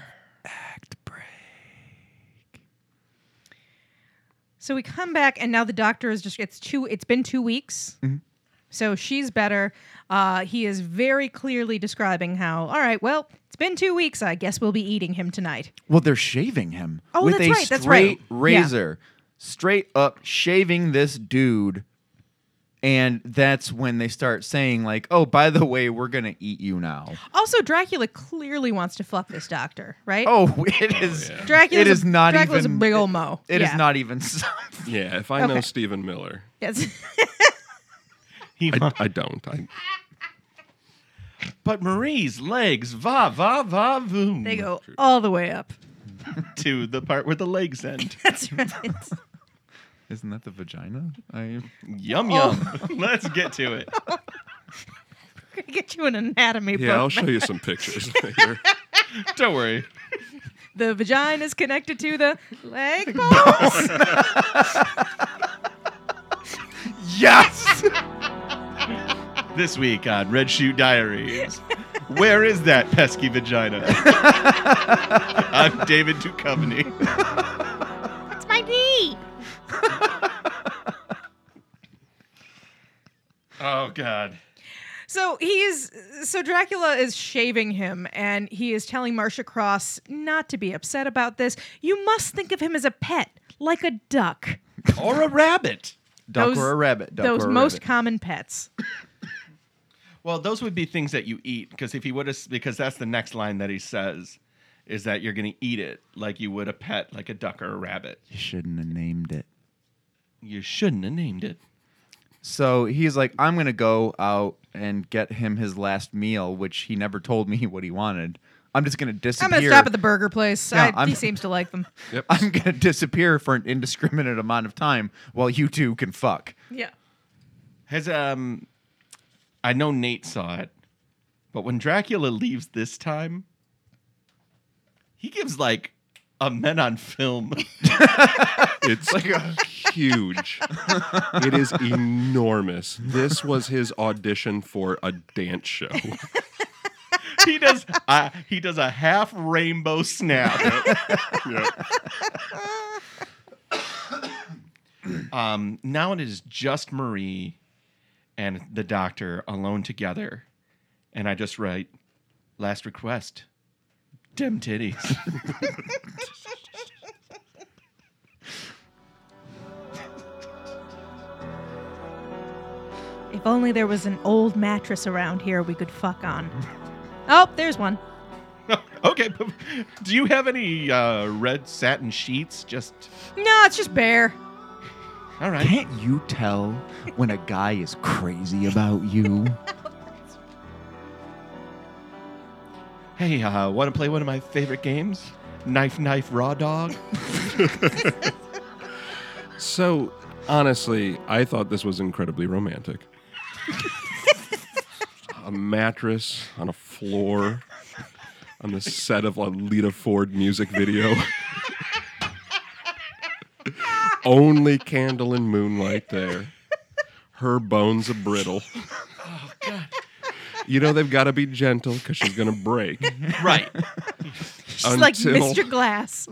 So we come back, and now the doctor is just. It's two. It's been two weeks.
Mm-hmm.
So she's better. Uh, he is very clearly describing how. All right. Well, it's been two weeks. I guess we'll be eating him tonight.
Well, they're shaving him
Oh,
with
that's
a
right,
straight
that's right. Yeah.
razor, straight up shaving this dude. And that's when they start saying, like, oh, by the way, we're gonna eat you now.
Also, Dracula clearly wants to fuck this doctor, right?
Oh, [LAUGHS] it is.
Dracula's
it is
a,
not
Dracula's
even.
a big old mo.
It is
Yeah.
not even. [LAUGHS] something.
Yeah, if I know
Okay.
Stephen Miller,
Yes.
He
I,
mu-
I don't. I,
but Marie's legs, va, va, va, voom.
[LAUGHS] they go all the way up. [LAUGHS]
To the part where the legs end.
That's
[LAUGHS]
right.
Isn't that the vagina? I.
yum, yum.
Oh.
Let's get to it.
Gonna Get you an anatomy
yeah, I'll
book.
show you some pictures later.
Don't worry.
The vagina is connected to the
[LAUGHS]
leg bones.
Yes.
This week on Red Shoe Diaries. Where is that pesky vagina? I'm David Duchovny.
it's my knee.
Oh, God.
So he is. So Dracula is shaving him, and he is telling Marcia Cross not to be upset about this. You must think of him as a pet, like a duck.
Or a rabbit.
[LAUGHS]
Duck
Those-
or a rabbit. Duck
Those
or a
most
rabbit.
common pets.
Well, those would be things that you eat because if he would have, because that's the next line that he says, is that you're going to eat it like you would a pet, like a duck or a rabbit.
You shouldn't have named it.
You shouldn't have named it.
So he's like, I'm gonna go out and get him his last meal, which he never told me [LAUGHS] what he wanted. I'm just gonna disappear.
I'm gonna stop at the burger place.
Yeah,
I-
I'm-
he seems to like them.
Yep.
[LAUGHS] I'm gonna disappear for an indiscriminate amount of time while you two can fuck.
Yeah.
Has um, I know Nate saw it, but when Dracula leaves this time, he gives like a men on film.
It's huge. it is enormous. This was his audition for a dance show.
he does. Uh, he does a half rainbow snap. [COUGHS] Um, now it is just Marie and the doctor alone together, and I just write, "Last request, dem titties." [LAUGHS]
If only there was an old mattress around here we could fuck on. Oh, there's one.
okay, but do you have any uh, red satin sheets? Just
No, it's just bare.
all right.
Can't you tell when a guy is crazy about you?
Hey, uh, want to play one of my favorite games? Knife, knife, raw dog.
So, honestly, I thought this was incredibly romantic. [LAUGHS] a mattress on a floor on the set of a Lita Ford music video. [LAUGHS] Only candle and moonlight there. Her bones
[LAUGHS]
are brittle.
Oh,
You know they've got to be gentle because she's gonna break.
[LAUGHS] right.
[LAUGHS] She's like
Until-
Mr. Glass.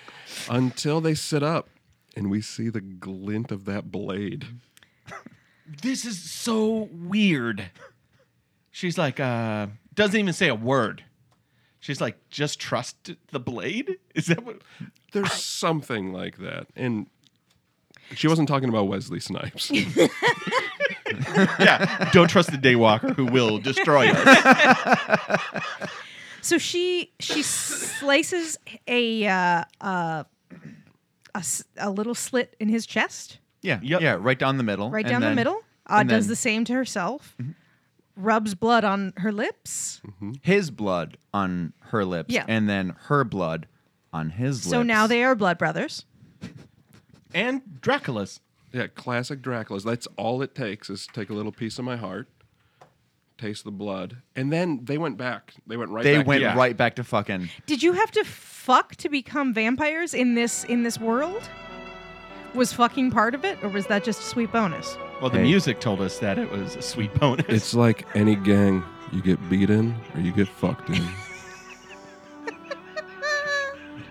[LAUGHS]
until they sit up and we see the glint of that blade.
This is so weird. She's like, uh, doesn't even say a word. She's like, just trust the blade? Is that what?
There's something like that. And she wasn't talking about Wesley
[LAUGHS]
Snipes.
Yeah. Don't trust the daywalker who will destroy us.
So she she slices a uh, uh, a, s- a little slit in his chest,
[LAUGHS] Yeah.
Yep.
Yeah. Right down the middle.
right
and
down the
then
middle. Uh,
and
does
then- Mm-hmm.
the same to herself. Rubs blood on her lips.
His blood on her lips.
Yeah.
And then her blood on his lips.
So now they are blood brothers.
And Dracula's.
yeah, classic Dracula's. That's all it takes is take a little piece of my heart, taste the blood, and then they went back. They went right.
They
back to
went
that.
right back to fucking.
Did you have to fuck to become vampires in this in this world? Was fucking part of it, or was that just a sweet bonus?
Well, the
Hey.
music told us that it was a sweet bonus.
It's like any gang. You get beat in or you get fucked in.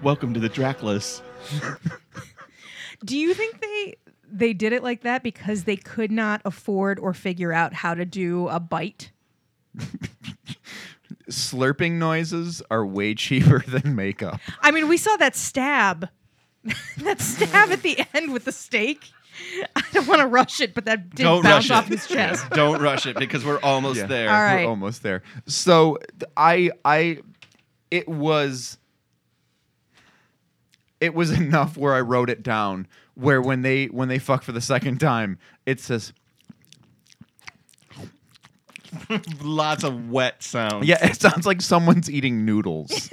Welcome to the Dracula's.
Do you think they they did it like that because they could not afford or figure out how to do a bite?
Slurping noises are way cheaper [LAUGHS] than makeup.
I mean, we saw that stab, [LAUGHS] that stab at the end with the stake. I don't want to rush it, but that did
Don't
bounce
rush
off
it.
his chest.
Don't rush it because we're almost
Yeah.
there.
All right.
We're almost there. So th- I I it was it was [LAUGHS] enough where I wrote it down where when they when they fuck for the second time it says
Lots of wet sounds.
yeah it sounds like someone's
[LAUGHS]
eating noodles.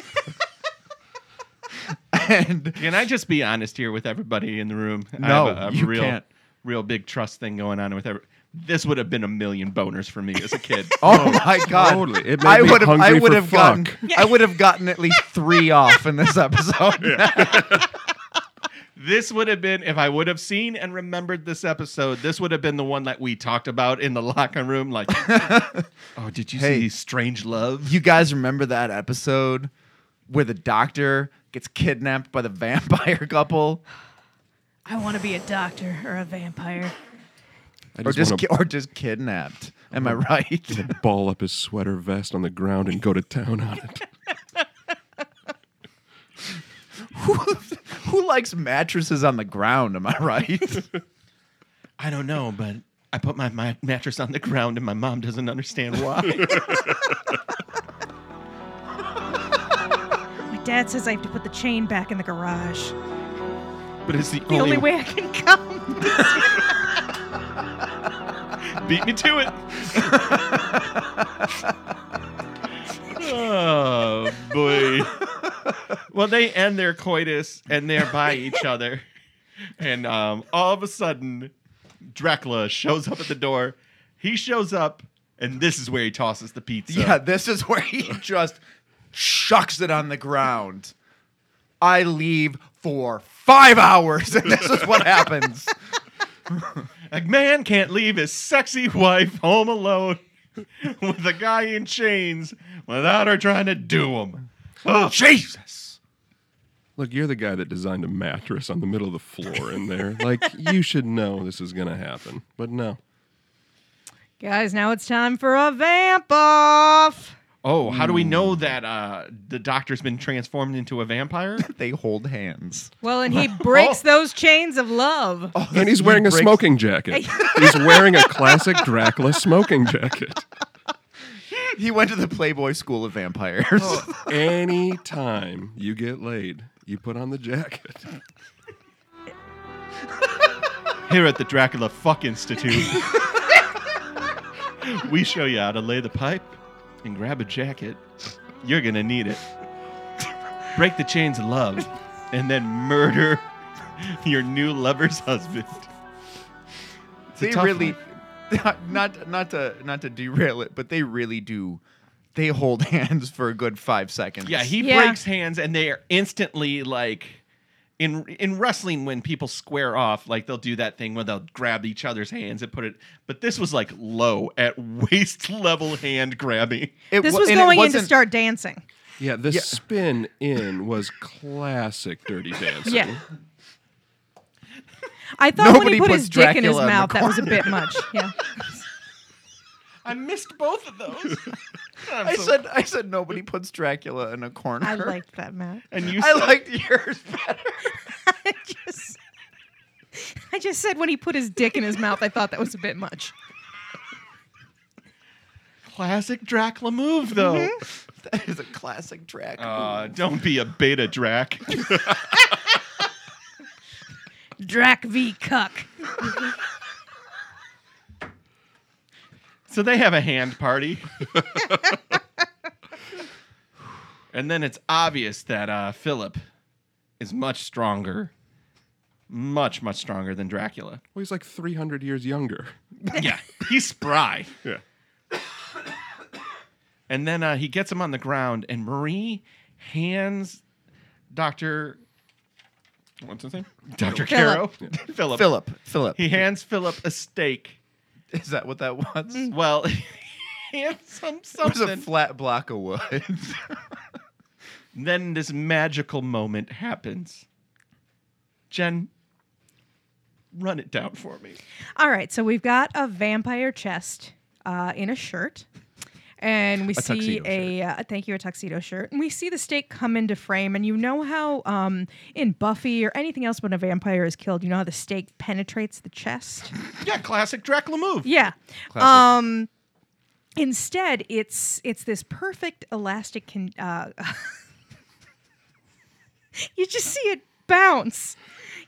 [LAUGHS] and
Can I just be honest here with everybody in the room? I
No,
have a, a
you
real,
can't.
real big trust thing going on with every. This would have been a million boners for me as a kid.
[LAUGHS] oh my god.
totally. It made
I
me
would have I
hungry
would
for
have gotten
fuck.
I would have gotten at least 3 off in this episode.
this would have been if I would have seen and remembered this episode. This would have been the one that we talked about in the locker room.
[LAUGHS]
Like, oh, did you
Hey.
see Strange Love?
You guys remember that episode where the doctor gets kidnapped by the vampire [LAUGHS] couple?
I want to be a doctor or a vampire.
I
or
just,
just
want
ki- [LAUGHS] or just kidnapped. Am
[LAUGHS]
I right?
to ball up his sweater vest on the ground and go to town on it.
[LAUGHS]
[LAUGHS]
who, who likes mattresses on the ground? Am I
[LAUGHS]
right?
I don't know, but I put my, my mattress on the ground and my mom doesn't understand
[LAUGHS]
why.
My dad says I have to put the chain back in the garage.
but it's the,
The only way I can come.
Beat me to it. oh boy. Well, they end their coitus and they're by [LAUGHS] each other, and um, all of a sudden, Dracula shows up at the door. He shows up, and this is where he tosses the pizza.
yeah, this is
[LAUGHS]
where he just shucks it on the ground. I leave for five hours, and this is what
[LAUGHS]
happens.
a man can't leave his sexy wife home alone with a guy in chains without her trying to do him. Ugh.
Jesus.
Look, you're the guy that designed a mattress on the middle of the floor in there. Like, you should know this is going to happen. But no.
Guys, now it's time for a vamp off.
Oh, how do we know that uh, the doctor's been transformed into a vampire? [LAUGHS]
They hold hands.
Well, and
[LAUGHS] Oh.
he breaks those chains of love.
And he's wearing a smoking [LAUGHS] jacket. he's wearing a classic Dracula smoking jacket.
He went to the Playboy School of Vampires.
Oh,
Anytime you get laid, you put on the jacket.
Here at the Dracula Fuck Institute, we show you how to lay the pipe, and grab a jacket. You're going to need it. Break the chains of love and then murder [LAUGHS] your new lover's husband. It's a
[LAUGHS] they
tough
really
one.
not not to not to derail it, but they really do. They hold hands for a good five seconds.
Yeah, he
Yeah.
breaks hands, and they are instantly like. In, in wrestling, when people square off, like they'll do that thing where they'll grab each other's hands and put it. But this was like low at [LAUGHS] waist level hand grabbing.
It
This
wa-
was
and it
going in to
wasn't-
start dancing.
Yeah, the
Yeah.
spin in was classic [LAUGHS] dirty dancing.
[LAUGHS]
Yeah. I thought when
Nobody
he put
puts
his dick in
Dracula
his
in the
mouth, that was a bit much. Yeah.
I missed both of [LAUGHS] those. I'm
I
so-
said I said nobody puts Dracula in a corner. [LAUGHS]
I liked that, Matt. [LAUGHS]
and you
I
said-
liked yours better. [LAUGHS]
I just, I just said when he put his dick in his mouth, I thought that was a bit much.
classic Dracula move, though.
That is a classic track.
Uh, don't be a beta Drac.
Drac v. Cuck.
so they have a hand party. [LAUGHS] and then it's obvious that uh, Philip is much stronger, much, much stronger than Dracula.
Well, he's like 300 years younger.
yeah, he's spry.
Yeah.
[COUGHS] And then uh, he gets him on the ground, and Marie hands Dr.
What's his name?
Dr. Caro,
Philip.
[LAUGHS] Philip.
Philip,
Oh.
Philip,
He hands Philip a steak.
is that what that was? It
Well, [LAUGHS] he hands him
was a
Mm, something.
flat block of wood. [LAUGHS]
then this magical moment happens. Jen, run it down for me.
All right, so we've got a vampire chest uh, in a shirt, and we see
tuxedo
a uh, thank you a tuxedo shirt, and we see the stake come into frame. And you know how um, in Buffy or anything else when a vampire is killed, you know how the stake penetrates the chest.
[LAUGHS]
Yeah, classic Dracula move.
Yeah.
Classic.
Um, instead, it's it's this perfect elastic. Con- uh, [LAUGHS] you just see it bounce.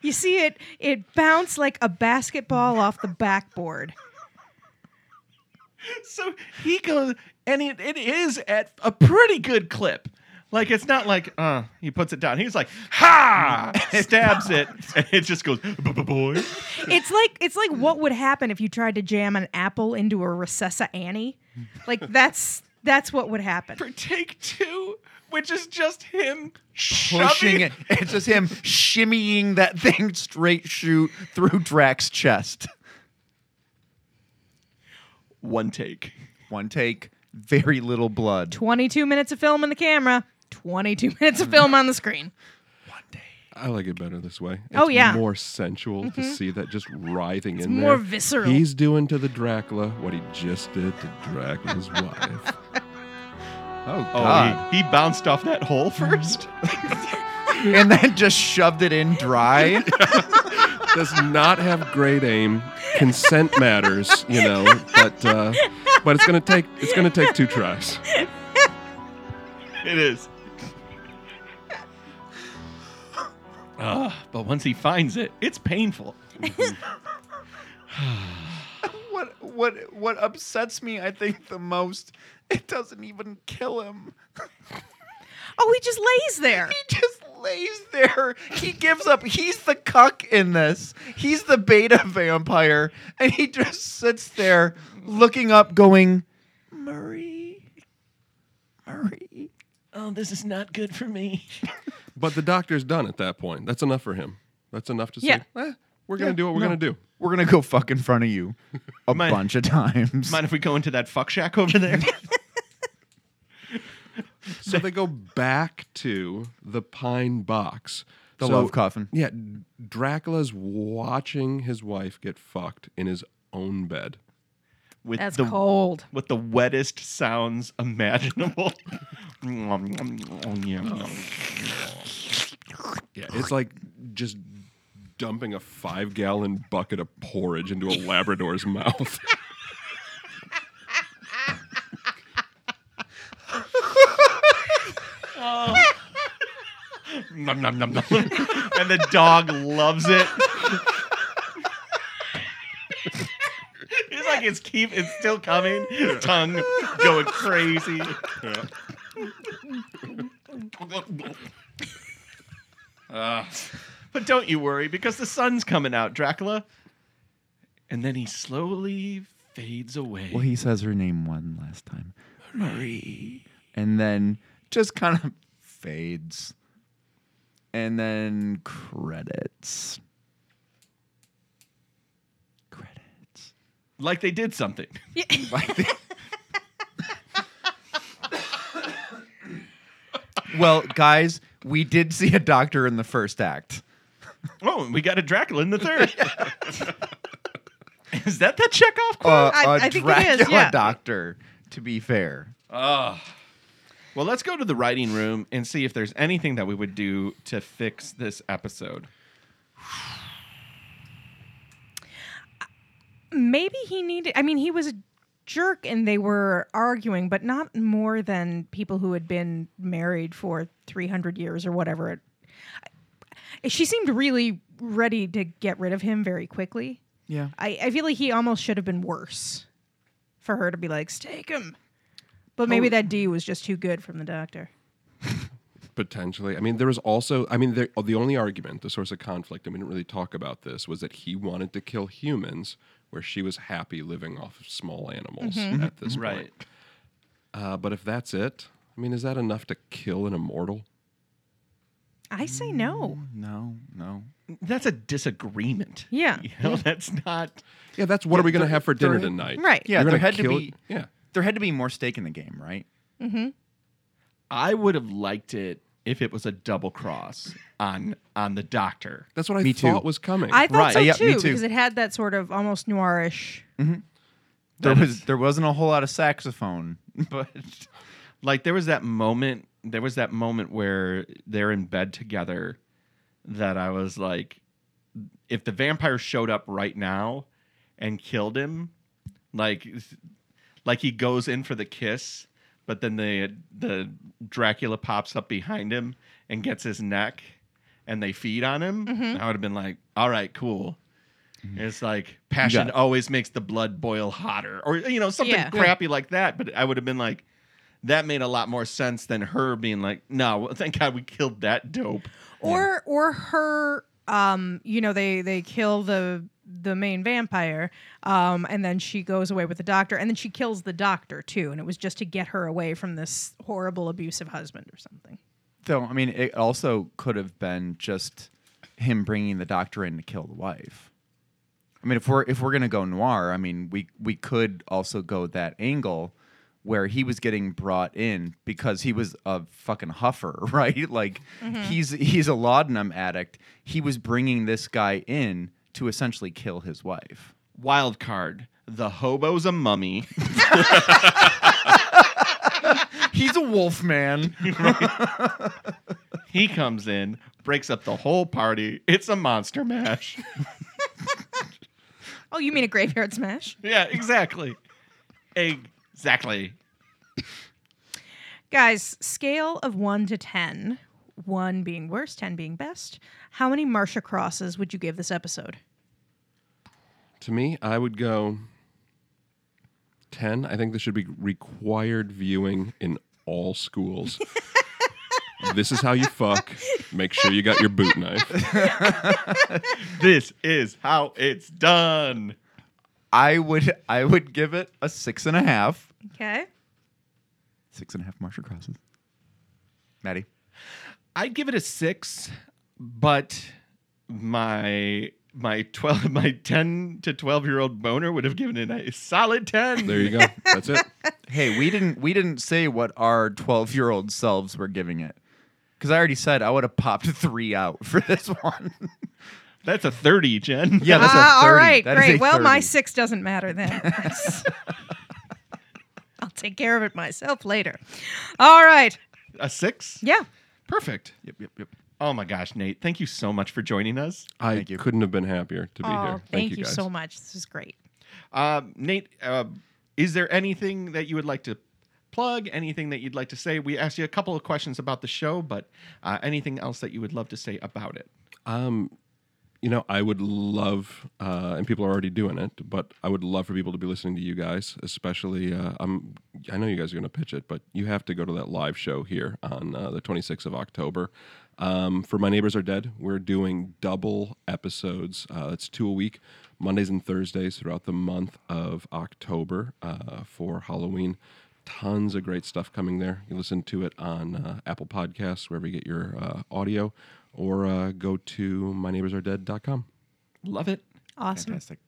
You see it it bounce like a basketball off the backboard.
So he goes, and it, it is at a pretty good clip. Like it's not like uh he puts it down. He's like [LAUGHS] ha, stabs it, and it just goes boy.
It's like it's like what would happen if you tried to jam an apple into a recessa Annie. Like that's that's what would happen.
For take two, which is just him
Pushing
shoving
it. It's just him shimmying that thing straight shoot through Drax's chest.
One take.
One take, very little blood.
22 minutes of film in the camera, 22 minutes of film on the screen.
I like it better this way. It's
Oh, yeah. Mm-hmm.
more sensual to see that just writhing in
more
there.
visceral.
He's doing to the Dracula what he just did to
[LAUGHS]
Dracula's wife.
Oh
Oh,
god.
he, he bounced off that hole first.
[LAUGHS] and then just shoved it in dry.
Does not have great aim. Consent matters, you know, but uh, but it's gonna take it's gonna take two tries.
it [LAUGHS] is. Uh, but once he finds it, it's painful.
what what what upsets me I think the most, it doesn't even kill him.
Oh, he just lays there.
He just lays there. He gives up. He's the cuck in this. He's the beta vampire. And he just sits there looking up, going, Murray. Murray.
Oh, this is not good for me.
But the doctor's done at that point. That's enough for him. That's enough to say,
Yeah.
"Eh, we're gonna
Yeah,
do what we're
no.
gonna do.
We're gonna go fuck in front of you a
Mine-
bunch of times.
Mind if we go into that fuck shack over [LAUGHS] there?
So they go back to the pine box.
The
So-
love coffin.
Yeah, Dracula's watching his wife get fucked in his own bed.
With
That's
the
cold.
with the wettest sounds imaginable. [LAUGHS] That's
Yeah, it's like just dumping a five gallon bucket of porridge into
[LAUGHS]
a Labrador's mouth.
nom, nom, nom, nom. and the dog loves it. [LAUGHS] He's like, seconds keep it's still coming. Tongue going crazy. But don't you worry, because the sun's coming out, Dracula. And then he slowly fades away.
Well, he says her name one last time. Marie. And then just kind of fades. And then credits. Credits. [LAUGHS]
like they did something.
well, guys, we did see a doctor in the first act.
Oh, and we got a Dracula in the third. [LAUGHS] Is that that Chekhov quote?
Uh,
I-
a
I think it is,
Dracula
yeah.
doctor, to be fair.
Well, let's go to the writing room and see if there's anything that we would do to fix this episode.
Maybe he needed. I mean, he was a jerk, and they were arguing, but not more than people who had been married for three hundred years or whatever. It, she seemed really ready to get rid of him very quickly.
Yeah.
I, I feel like he almost should have been worse for her to be like, stake him. But
Oh.
maybe that D was just too good from the doctor.
Potentially. I mean, there was also, I mean, there, the only argument, the source of conflict, and we didn't really talk about this, was that he wanted to kill humans where she was happy living off of small animals
Mm-hmm.
at this
Mm-hmm.
Right.
point. Uh, but if that's it, I mean, is that enough to kill an immortal?
I say no.
No, no.
That's a disagreement.
Yeah.
You know, that's not.
Yeah, that's what are we going to have for dinner
there-
tonight?
Right.
Yeah,
You're
there
gonna
had to
kill-
be-
Yeah.
There had to be more stake in the game, right?
I would have liked it if it was a double cross on on the doctor. [LAUGHS]
That's what I
Me too.
thought was coming.
I thought
Right.
so
Yeah,
too,
me too.
because it had that sort of almost noirish.
There
That
was there wasn't a whole lot of saxophone, but
Like there was that moment, there was that moment where they're in bed together that I was like if the vampire showed up right now and killed him, like like he goes in for the kiss, but then the the Dracula pops up behind him and gets his neck and they feed on him. I would have been like, "All right, cool." It's like passion
Yeah.
always makes the blood boil hotter or you know something
Yeah.
crappy like that, but I would have been like that made a lot more sense than her being like, "No, well, [LAUGHS] thank God we killed that dope."
Or or her um, you know, they they kill the the main vampire, um, and then she goes away with the doctor, and then she kills the doctor too, and it was just to get her away from this horrible abusive husband or something.
though I mean it also could have been just him bringing the doctor in to kill the wife. I mean if we're if we're going to go noir, I mean we we could also go that angle where he was getting brought in because he was a fucking huffer, [LAUGHS] right? Like he's he's a laudanum addict. He was bringing this guy in to essentially kill his wife.
wild card. The hobo's a mummy. [LAUGHS]
He's a wolf man.
he comes in, breaks up the whole party. It's a monster mash. [LAUGHS]
Oh, you mean a graveyard smash?
yeah, exactly. Exactly.
Guys, scale of one to ten, one being worst, ten being best. How many Marsha crosses would you give this episode?
To me, I would go 10. I think this should be required viewing in
[LAUGHS]
all schools. this is how you fuck. Make sure you got your boot knife.
This is how it's done.
[LAUGHS] I would I would give it a six and a half.
Okay.
Six and a half Marshall crosses. Maddie.
I'd give it a six, but my my twelve [LAUGHS] my ten to twelve year old boner would have given it a solid ten.
[LAUGHS] There you go. That's it.
Hey, we didn't we didn't say what our twelve year old selves were giving it. Cause I already said I would have popped three out for [LAUGHS] this one.
That's a thirty, Jen.
yeah, that's a 30.
Ah, all right,
That is
great.
a
Well, my
30.
six doesn't matter then. [LAUGHS] I'll take care of it myself later. All right.
A six?
Yeah.
Perfect.
Yep, yep, yep.
Oh my gosh, Nate, thank you so much for joining us.
I
Thank you.
couldn't have been happier to be
oh,
here.
thank, you,
guys.
so much. This is great.
Uh, Nate, uh, is there anything that you would like to plug? Anything that you'd like to say? We asked you a couple of questions about the show, but uh, anything else that you would love to say about it?
Um, you know, I would love, uh, and people are already doing it, but I would love for people to be listening to you guys, especially. Uh, I'm, I know you guys are going to pitch it, but you have to go to that live show here on uh, the 26th of October. Um, for My Neighbors Are Dead, we're doing double episodes. Uh, it's two a week, Mondays and Thursdays throughout the month of October uh, for Halloween. Tons of great stuff coming there. You listen to it on uh, Apple Podcasts, wherever you get your uh, audio, or uh, go to myneighborsaredead.com.
Love it.
Awesome.
Fantastic.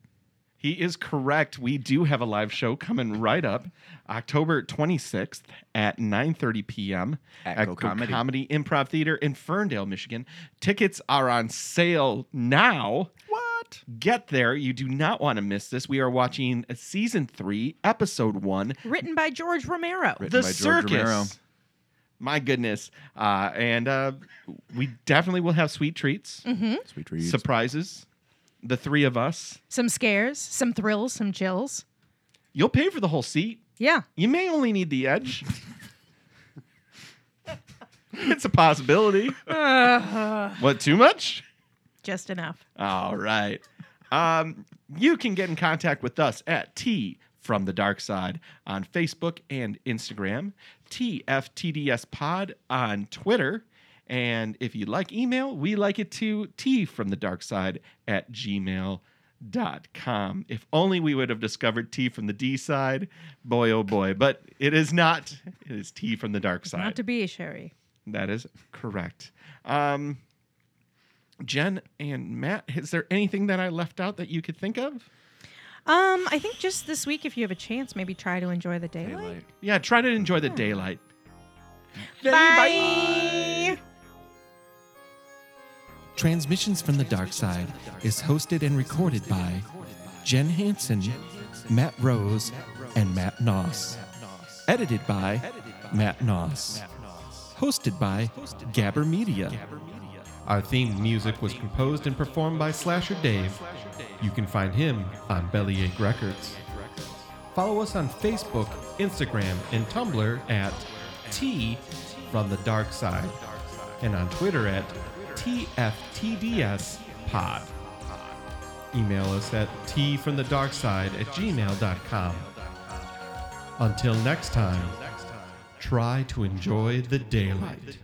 He is correct. We do have a live show coming right up, October 26th at 9:30 p.m.
At Go
Go
Comedy.
Comedy Improv Theater in Ferndale, Michigan. Tickets are on sale now.
What?
Get there. You do not want to miss this. We are watching season 3, episode 1,
Written by George Romero.
Written
The
by George
Circus.
Romero.
My goodness. Uh, and uh, we definitely will have sweet treats,
Sweet treats.
surprises, the three of us.
Some scares, some thrills, some chills.
You'll pay for the whole seat.
Yeah.
You may only need the edge. it's a possibility. what, too much?
Just enough.
All right. Um, you can get in contact with us at T from the Dark Side on Facebook and Instagram, TFTDS Pod on Twitter. And if you like email, we like it too, T from the Dark Side at gmail.com. If only we would have discovered T from the D side, boy, oh boy. But it is not, it is T from the Dark Side.
Not to be, Sherry.
That is correct. Um, Jen and Matt, is there anything that I left out that you could think of?
Um, I think just this week, if you have a chance, maybe try to enjoy the daylight.
Daylight.
Yeah, try to enjoy the daylight.
Bye.
Transmissions from the Dark Side is hosted and recorded by Jen Hansen, Matt Rose, and Matt Noss. Edited by Matt Noss. Hosted by Gabber Media. Our theme music was composed and performed by Slasher Dave. You can find him on Bellyache Records. Follow us on Facebook, Instagram, and Tumblr at T from the Dark Side, and on Twitter at TFTDS Pod. Email us at T from the Dark Side at gmail.com. Until next time, try to enjoy the daylight.